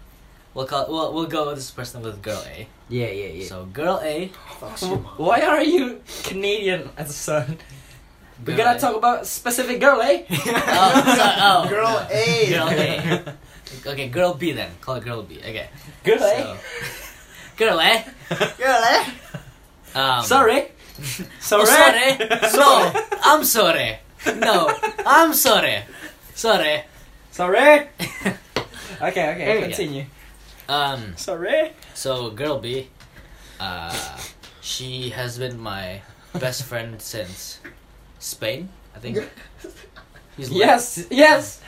we'll call we'll we'll go with this person with girl A.
yeah, yeah, yeah.
So girl A.
Fuck you, mom.
Why are you Canadian as a son? We're
Girl
gonna
A.
talk about specific girl, eh?
Oh, so, oh.
Girl A.
Girl A. Okay, girl B then. Call it girl B. Okay.
Girl, eh?
So, girl A.
Girl A.
Um,
eh? Sorry.
Oh,
Sorry.
sorry. No, I'm sorry. No, I'm sorry. Sorry.
Sorry. okay, okay,
Hey.
continue.
Um.
Sorry.
So girl B, uh, she has been my best friend since Spain. I think. He's lit.
Yes, yes.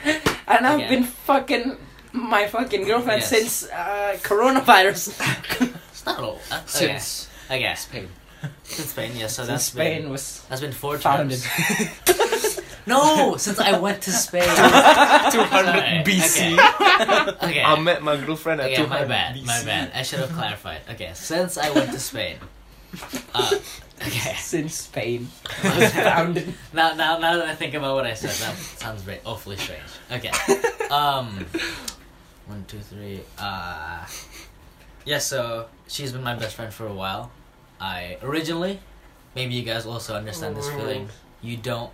And I've
Okay.
been fucking my fucking girlfriend
Yes.
since uh, coronavirus.
It's not all. Uh, okay.
Since
okay.
Spain.
Since Spain, yeah. So
Since
that's
Spain
Been,
was
that's been four
founded.
times. No, since I went to Spain.
200
Alright,
BC.
Okay. okay.
I met my girlfriend at
Okay,
200
my bad,
BC.
my bad. I should have clarified. Okay, since I went to Spain, uh, okay.
Since Spain was founded.
Now, now, now that I think about what I said, that sounds very awfully strange. Okay, um, one, two, three. Uh, yeah. So she's been my best friend for a while. I originally, maybe you guys also understand
Mm.
this feeling. You don't,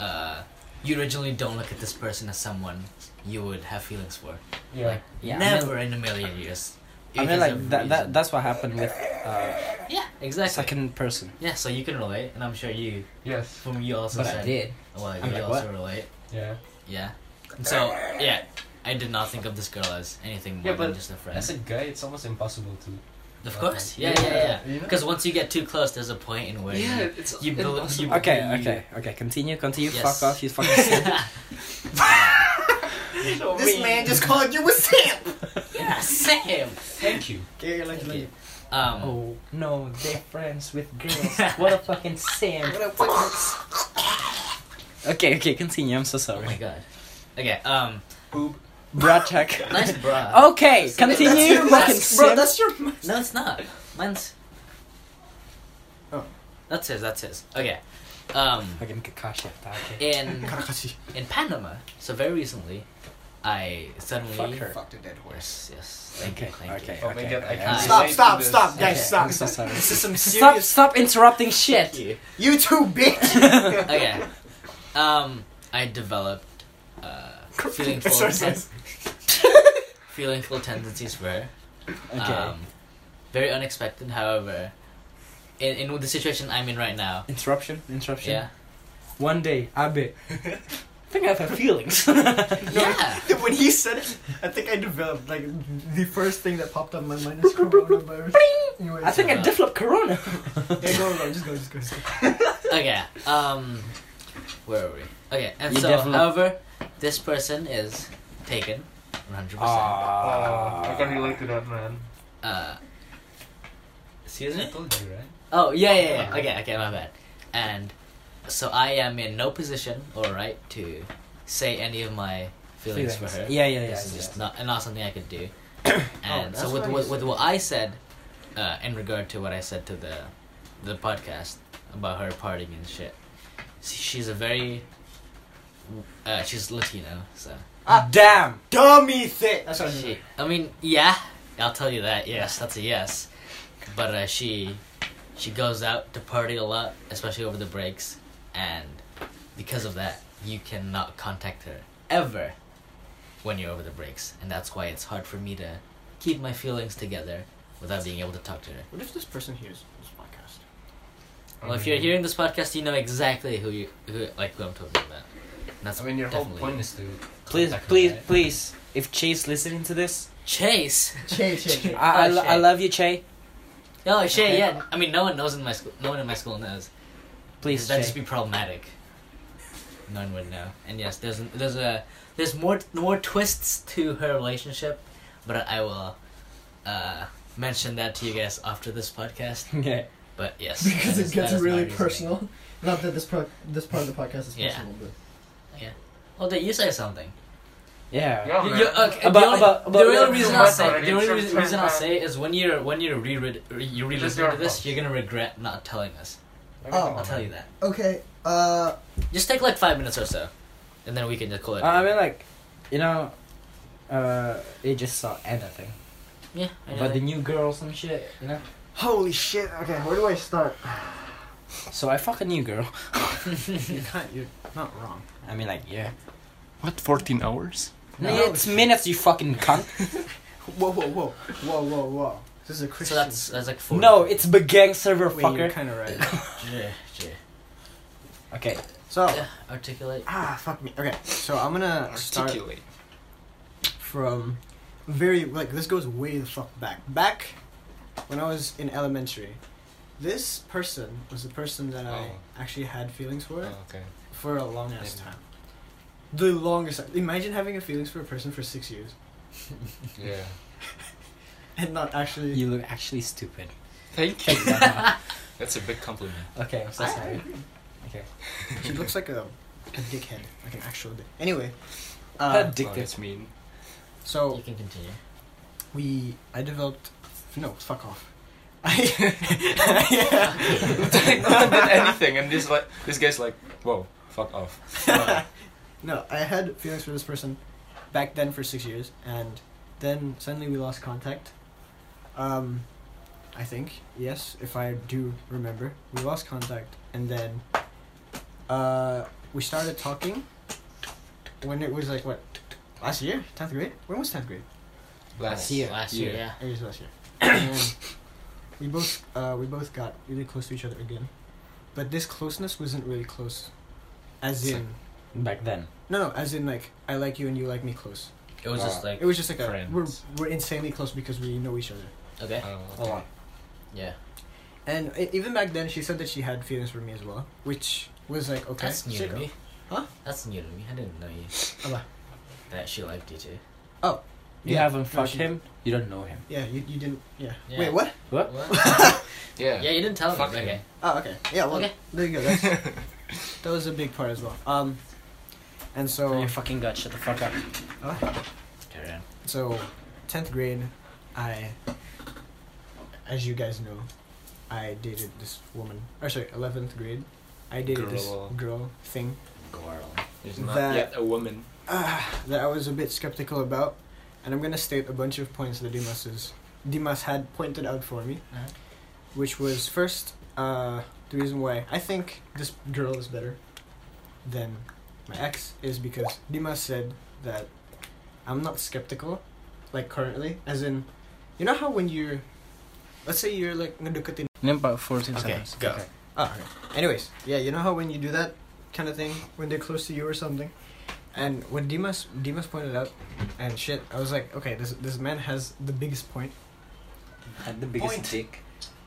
uh, you originally don't look at this person as someone you would have feelings for.
Yeah. Yeah.
Never in a million years.
I mean, I mean
Because
like
of
that, that
reason.
that's what happened with uh,
Yeah, exactly.
second person.
Yeah, so you can relate, and I'm sure you,
Yes.
from you also
But
said,
I did.
well, you
I'm like,
also relate.
Yeah.
Yeah. And so, yeah, I did not think of this girl as anything more
Yeah,
than
but
just a friend.
As a guy, it's almost impossible to.
of
uh,
course, yeah, yeah, yeah.
You know?
Because once you get too close, there's a point in where
Yeah,
you,
it's
you, bel- you
Okay,
you-
okay, okay. Continue, continue.
Yes.
Fuck off, you fucking. simp.
This man just called you a simp.
yeah, same.
Thank you.
Thank you. Um,
oh no, they're friends with girls. what a fucking simp.
What a fucking
Okay, okay. Continue. I'm so
oh my
sorry.
god. Okay, um,
Bra check.
nice bra.
Oh. Okay,
That's
continue.
your
you fucking
mask, bro.
simp.
That's your mask.
No, it's not. Mine's.
Oh.
That's his, that's his. Okay. Um,
Fucking Kakashi Atake.
in
Karakashi.
in Panama. So very recently, I suddenly.
Fuck her.
Fucked a dead horse.
Yes, yes. Thank
Okay,
you, thank
okay,
you.
Oh my
okay.
God, I
okay.
can't
Stop,
Stop,
relate to
stop,
this.
stop,
Okay.
guys, stop.
I'm so sorry.
This is some
Stop!
serious.
Stop interrupting shit.
You too, bitch.
okay. Um, I developed uh, feeling full
Sorry, sorry.
feeling full tendencies for her.
Okay.
Um, very unexpected. However, in in the situation I'm in right now,
interruption. Interruption.
yeah,
One day, Abe. I think I have feelings.
yeah.
when he said it, I think I developed like the first thing that popped up in my mind is coronavirus. Anyway,
I think I developed Corona.
Yeah, go, go, just go, just go. Just go.
Okay. Um, where are we? Okay, and
You
so,
developed-
however, this person is taken, one hundred percent.
Ah.
to that, man.
Uh, excuse me.
I told you, right?
Oh yeah, yeah, yeah. Okay, okay, my bad. And so I am in no position or right to say any of my feelings, for her.
Yeah, yeah, yeah.
This is
yeah.
just not not something I could do. and so
that's
with
what
with,
you
with what I said, uh, in regard to what I said to the the podcast about her partying and shit, she- she's a very uh, she's Latino, so
Ah.
Damn.
Dummy thing. That's what I mean.
she. Uh, I mean, yeah, I'll tell you that. Yes, that's a yes. But uh, she, she goes out to party a lot, especially over the breaks, and because of that, you cannot contact her ever when you're over the breaks, and that's why it's hard for me to keep my feelings together without being able to talk to her.
What if this person hears this podcast?
Well, if
Mm.
you're hearing this podcast, you know exactly who you who like who I'm talking about. And that's
I mean, your
definitely
whole point is to.
Please,
contact her,
please,
right?
please. If Che's listening to this,
Chase.
Change, change.
I, I,
Oh,
lo-
Che.
I love you, Che.
Oh shit!
Okay.
Yeah, I mean, no one knows in my school. No one in my school knows.
Please,
that'd
Che.
just be problematic. No one would know. And yes, there's there's a there's more more twists to her relationship, but I will uh, mention that to you guys after this podcast.
yeah.
But yes,
because
that is-
it gets
that is my
really
reasoning.
personal. Not that this part, this part of the podcast is
Yeah.
personal, but
Well, did you say something?
Yeah.
Yeah,
You-
man.
you- okay,
About-
the only,
about-
the
about-
real reason I'll say
about-
Oh, the only
about-
reason, reason I'll say is when you're when you're re you re listening
your
to this,
fault.
you're gonna regret not telling us.
Oh.
I'll tell you that.
okay. Uh,
Just take like five minutes or so, and then we can just call it.
Uh, I mean, like, you know, uh, it just saw anything.
yeah, I know
But the
that.
new girls and shit, you know.
Holy shit. Okay, where do I start?
So I fuck a new girl.
you're not, you're not wrong.
I mean, like, yeah.
What, 14 hours?
No,
No.
it's minutes, you fucking cunt.
Whoa, whoa, whoa. Whoa, whoa, whoa. This is a
so
Christian.
that's that's like four.
No, it's begang server
Wait, you're
fucker.
kind of right.
J- J.
Okay,
So
Yeah, articulate.
ah fuck me. Okay, so I'm gonna start
Articulate.
from very like this goes way the fuck back. Back when I was in elementary, this person was the person that I
Oh.
actually had feelings for
Oh, okay.
for a long ass
Yeah.
time. The longest. Imagine having a feelings for a person for six years
Yeah.
and not actually.
You look actually stupid.
Thank you. That's a big compliment.
Okay, I'm so
I- I
sorry.
agree.
Okay.
She looks like a, a dickhead, like an actual dick. Anyway, uh,
That
dick
that's mean.
so
You can continue.
we I developed. No, fuck off. I.
Not done anything, and this like this guy's like, whoa, fuck off.
no, I had feelings for this person back then for six years, and then suddenly we lost contact. Um, I think yes, if I do remember, we lost contact, and then uh, we started talking when it was like what last year, tenth grade. When was tenth grade?
Last
year.
Last year,
Yeah.
yeah.
It was last year. And then we both uh, we both got really close to each other again, but this closeness wasn't really close, as
It's
in
Back then.
no no as in like I like you and you like me close.
It was just
Uh,
like
It was just like a, we're
Friends.
we're insanely close because we know each other.
okay,
Oh,
A lot.
yeah.
And e- even back then, she said that she had feelings for me as well, which was like okay.
That's new
sure.
to me.
Huh?
That's new to me. I didn't know you.
Aba.
That she liked you too.
You
Yeah.
haven't
No,
fucked
she-
him. You don't know him.
Yeah, you, you didn't. Yeah.
Yeah.
Wait, what?
What?
What?
yeah.
yeah, you didn't tell me.
Fuck
Okay.
him.
Oh, okay. Yeah. Well,
Okay.
there you go. That's, that was a big part as well. Um, and
Oh,
so uh,
you fucking god, shut the fuck up.
Carry on.
so, tenth grade, I, as you guys know, I dated this woman. Or sorry, eleventh grade, I dated this
Girl.
girl thing.
Girl.
There's not
That-
yet a woman.
uh, that I was a bit skeptical about, and I'm gonna state a bunch of points that Dimas is, Dimas had pointed out for me,
Uh-huh.
which was first uh, the reason why I think this girl is better than my ex is because Dimas said that I'm not skeptical, like currently, as in, you know how when you're, let's say you're like ngedeketin
Name about 14
Okay,
seconds.
go. Oh, okay. Anyways, yeah, you know how when you do that kind of thing when they're close to you or something, and when Dimas Dimas pointed out, and shit, I was like, okay, this this man has the biggest point.
And the biggest
Point.
dick.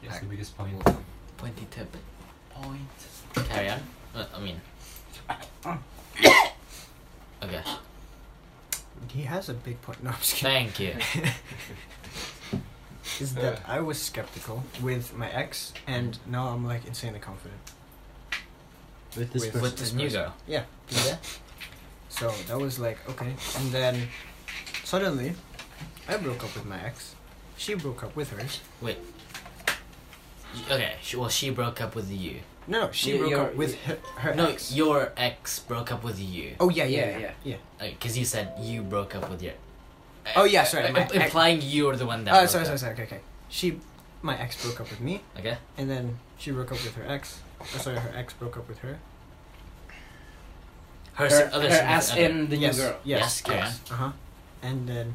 That's the biggest point.
Pointy tip. Point. Carry on. Uh, I mean. okay.
He has a big point. No, I'm just kidding.
Thank you.
Is that I was skeptical with my ex, and now I'm like insanely confident.
With this
With-
person.
With this new girl.
Yeah.
Yeah.
So that was like okay, and then suddenly, I broke up with my ex. She broke up with hers.
Y- Okay. She, well, she broke up with you.
No, no, she
Yeah,
broke
you're-
up with her, her
No,
ex.
your ex broke up with you.
Oh yeah, yeah,
Yeah,
yeah, yeah.
yeah.
Because you said you broke up with your.
Oh, yeah, sorry,
Im-
my ex-
implying you were the one that.
Oh,
broke
sorry, sorry,
up.
sorry. Okay, okay. She, my ex broke up with me,
Okay.
and then she broke up with her ex. Oh, sorry, her ex broke up with her.
Her,
Her,
si- other
her ass
significant
in the
yes,
new girl.
Yes.
Yes, okay.
Uh huh. And then,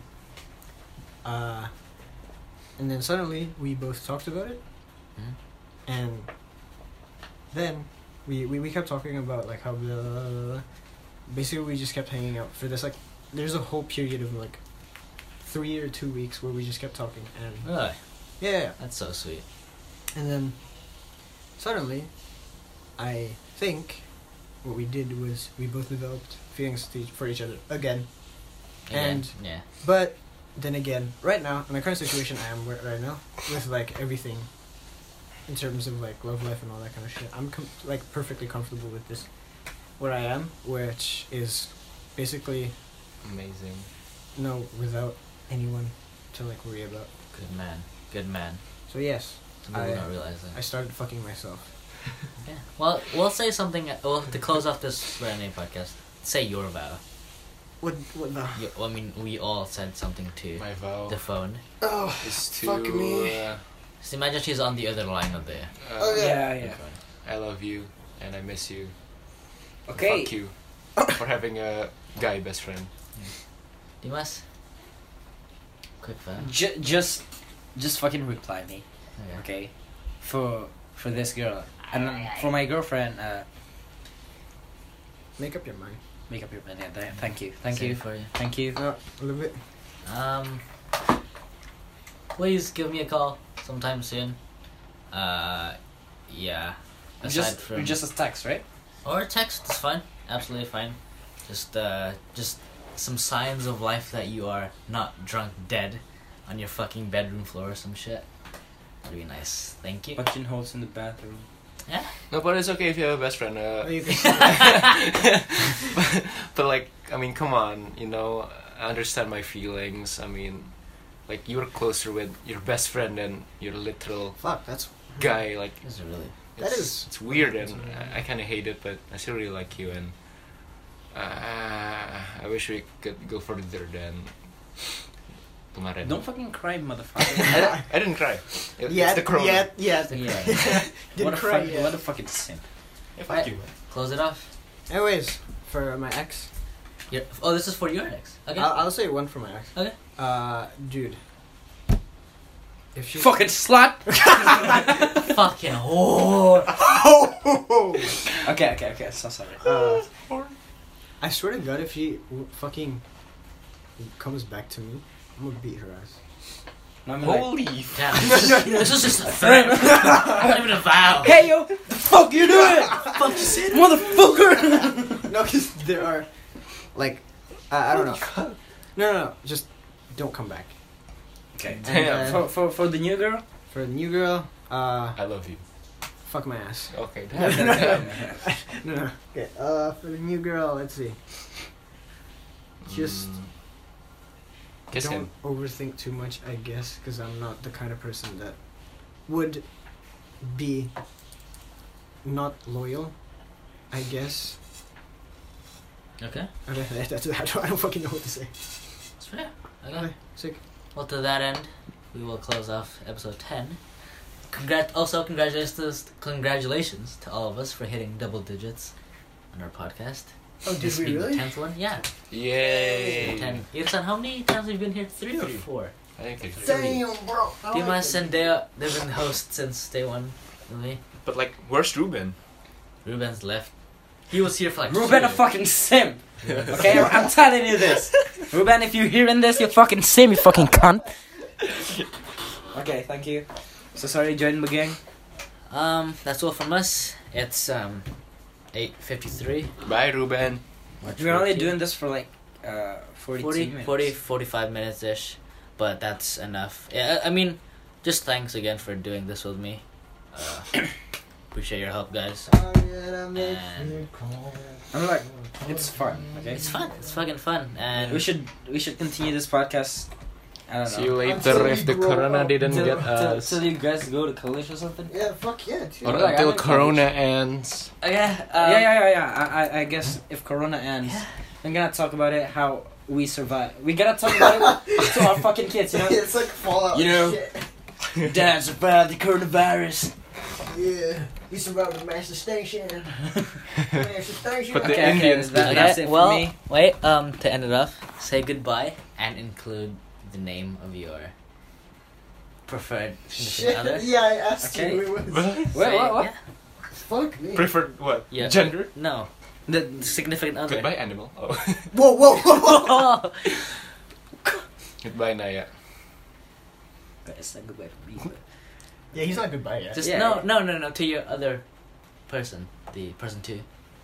uh, and then suddenly we both talked about it,
Mhm.
and then we, we we kept talking about like how blah, blah, blah, blah, blah. basically we just kept hanging out for this like there's a whole period of like three or two weeks where we just kept talking and
other. Oh,
yeah, yeah, yeah.
that's so sweet.
And then suddenly, I think what we did was we both developed feelings to each- for each other again.
Again,
And-
yeah.
But then again, right now, in my current situation, I am where, right now with like everything in terms of like love life and all that kind of shit. I'm com- like perfectly comfortable with this where I am, which is basically
Amazing.
no without anyone to like worry about.
Good man. Good man.
So yes,
Some people
I-
don't realize that.
I started fucking myself.
Yeah. Well, we'll say something. Well, to close off this brand new podcast, say your vow.
What what the
You, I mean, we all said something to
My vow
the phone.
Oh,
is to.
fuck me. Oh,
Uh,
So imagine she's on the other line of the.
uh,
Okay.
Yeah,
the
yeah.
phone.
I love you, and I miss you.
Okay.
Fuck you for having a guy best friend.
Dimas. Quick vow.
Mm.
Ju- just, just fucking reply me,
Okay.
okay? For for this girl and for my girlfriend, uh,
Make up your mind.
Make up your mind. Yeah, there. Thank you. Thank
Sorry
you.
for you.
Thank you.
Uh, a little bit.
Um, please give me a call sometime soon. Uh, yeah. Aside
just
from
just a text, right?
or text is fine. Absolutely fine. Just uh, just some signs of life that you are not drunk dead on your fucking bedroom floor or some shit. That'd be nice. Thank you.
Punching holes in the bathroom.
No, but it's okay if you have a best friend. Uh,
Oh, you can-
but, but like, I mean, come on, you know, I understand my feelings. I mean, like you're closer with your best friend than your literal
Fuck, that's
guy. Like
This is really
That
it's,
is-
it's weird, and I, I kind of hate it, but I still really like you, and uh, I wish we could go further than. Kemarin.
Don't fucking cry, motherfucker.
I, don't- I didn't cry. It, it's
yeah,
the corona.
yeah, yeah.
yeah.
Didn't
what a
cry
fuck,
yet.
What a fucking sin.
Yeah,
Right.
fuck you.
Close it off.
Anyways, for my ex,
Your, oh, this is for your next. Okay.
I'll, I'll say one for my ex.
Okay.
Uh, dude. If she
Fucking slut.
Fucking whore.
Okay, okay, okay. So sorry.
Oh! Uh, I swear to God, if she w- fucking comes back to me, I'm gonna beat her ass.
No, I mean, like,
Holy
Damn. This is, this is just a threat. Not even a vow.
hey yo, the fuck you doing,
Fuck you, said
motherfucker?
No, because there are, like, I, I don't know. No, no, no, just don't come back.
Okay.
Damn.
For,
uh,
for for the new girl.
for the new girl, uh,
I love you.
fuck my ass.
Okay.
no, no, no. Okay, uh, for the new girl, let's see. Just
Mm. kiss
don't
him.
overthink too much, I guess, because I'm not the kind of person that would be not loyal. I guess.
Okay.
Okay, that- that's I don't, I don't fucking know what to say.
That's fair. Okay.
Okay, sick.
Well, to that end, we will close off episode 10. Congrat- also, congratulations, congratulations to all of us for hitting double digits on our podcast.
Oh, did
This
we
being
really?
the 10th one? Yeah.
Yay!
10. It's on how many times have you been here? Three or
Three.
four?
I think it's three.
Damn, bro.
Oh,
I like
Dimas
it.
and Dea, they've been hosts since day one with me.
But like, where's Ruben?
Ruben's left. He was here for like
Ruben
two
a fucking simp.
years.
Okay, I'm telling you this. Ruben, if you're hearing this, you fucking simp, you fucking cunt. Okay, thank you. So sorry, join the gang.
Um, that's all from us. It's um, 8.53.
Bye, Ruben.
March
We're only
14th.
doing this for like uh 42
40,
minutes.
40 45 minutes ish but that's enough yeah, i I mean just thanks again for doing this with me uh, appreciate your help guys
I'm gonna make
And-
you call.
I'm like, it's fun. Okay.
it's fun it's fucking fun and
We should we should continue this podcast. I don't
See
know.
you later
Until
if
we
the
grow
corona
up.
didn't
till,
get uh,
till,
us.
till you guys go to college or something.
Yeah, fuck yeah, dude.
Or
Like, I'm
until
in
corona ends.
Oh, yeah, um,
yeah, yeah, yeah, yeah. I, I, I guess if Corona ends, I'm gonna talk about it how we survive. We gotta talk about it to our fucking kids, you know.
it's like Fallout.
You know-
Shit.
Dad survived uh, the coronavirus.
Yeah. We survived the mass extinction. mass extinction.
But
Okay,
the
okay,
Indians
that-
did
that's
it.
it for
well
me.
wait um to end it off say goodbye and include the name of your preferred significant
Shit.
other
Yeah, I asked
Okay.
you. It was,
Wait,
Say-
what? what?
yeah,
fuck me.
Preferred what?
Yeah.
Gender?
no the, the significant other Oh,
Goodbye, animal. Oh.
Whoa, whoa, whoa.
Goodbye, Naya.
It's not goodbye for me. but-
Yeah, he's not goodbye yet.
Just
Yeah,
no,
yeah.
no, no, no. To your other person, the person two.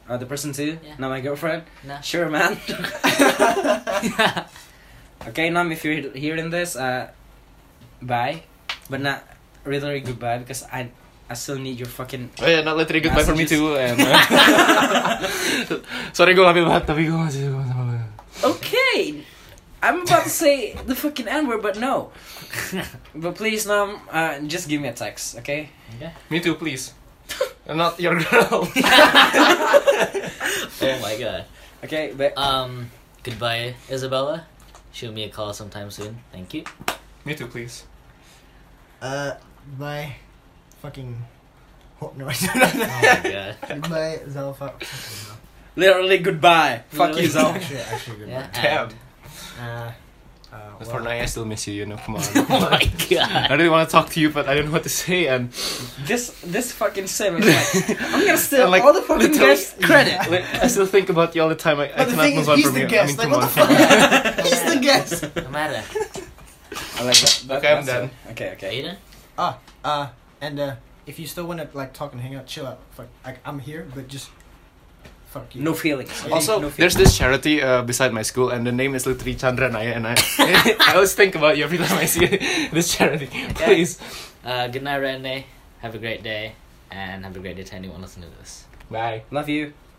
Uh, the person too?
Yeah.
Not my girlfriend?
No.
Sure, man. okay, Nam, if you're hearing this, uh, bye. But not really goodbye because I, I still need your fucking.
Oh yeah, not literally goodbye for me
Messages.
too. And uh, sorry, gue ngambil banget tapi gue masih.
Okay! I'm about to say the fucking N word, but no. but please, Nam, uh, just give me a text, okay?
Me too, please. I'm not your girl.
Oh my god.
Okay, but.
Um, goodbye, Isabella. Shoot me a call sometime soon. Thank you.
me too, please.
Uh, my fucking. Oh, no, I
Oh my god.
don't know. My Zalfa.
Literally goodbye. Fuck you,
Literally.
Zal.
Actually, actually, good.
Yeah.
Damn.
and-
Uh, Uh,
But for
well,
now, I still miss you. You know, come on.
oh my god.
I really want to talk to you, but I don't know what to say. And
This this fucking seven. Like, I'm gonna steal
And, like,
all the fucking
literally-
guys' credit.
like, I still think about you all the time. I, I
But the
cannot
thing is,
move on
he's
from
the
you.
guest.
I
Like,
mean,
what the
come on.
fuck? He's the guest.
No matter.
I like that.
Okay, I'm
that's
done.
it. Okay, okay.
Aiden?
uh, and uh, if you still want to like talk and hang out, chill out. Fuck, I, I'm here, but just fuck you.
No feelings. okay?
Also,
no
there's this charity uh, beside my school, and the name is literally Chandra Naya, and I, I always think about you every time I see this charity. Please.
Uh, good night, Rene. Have a great day. And have a great day to anyone listening to this.
Bye.
Love you.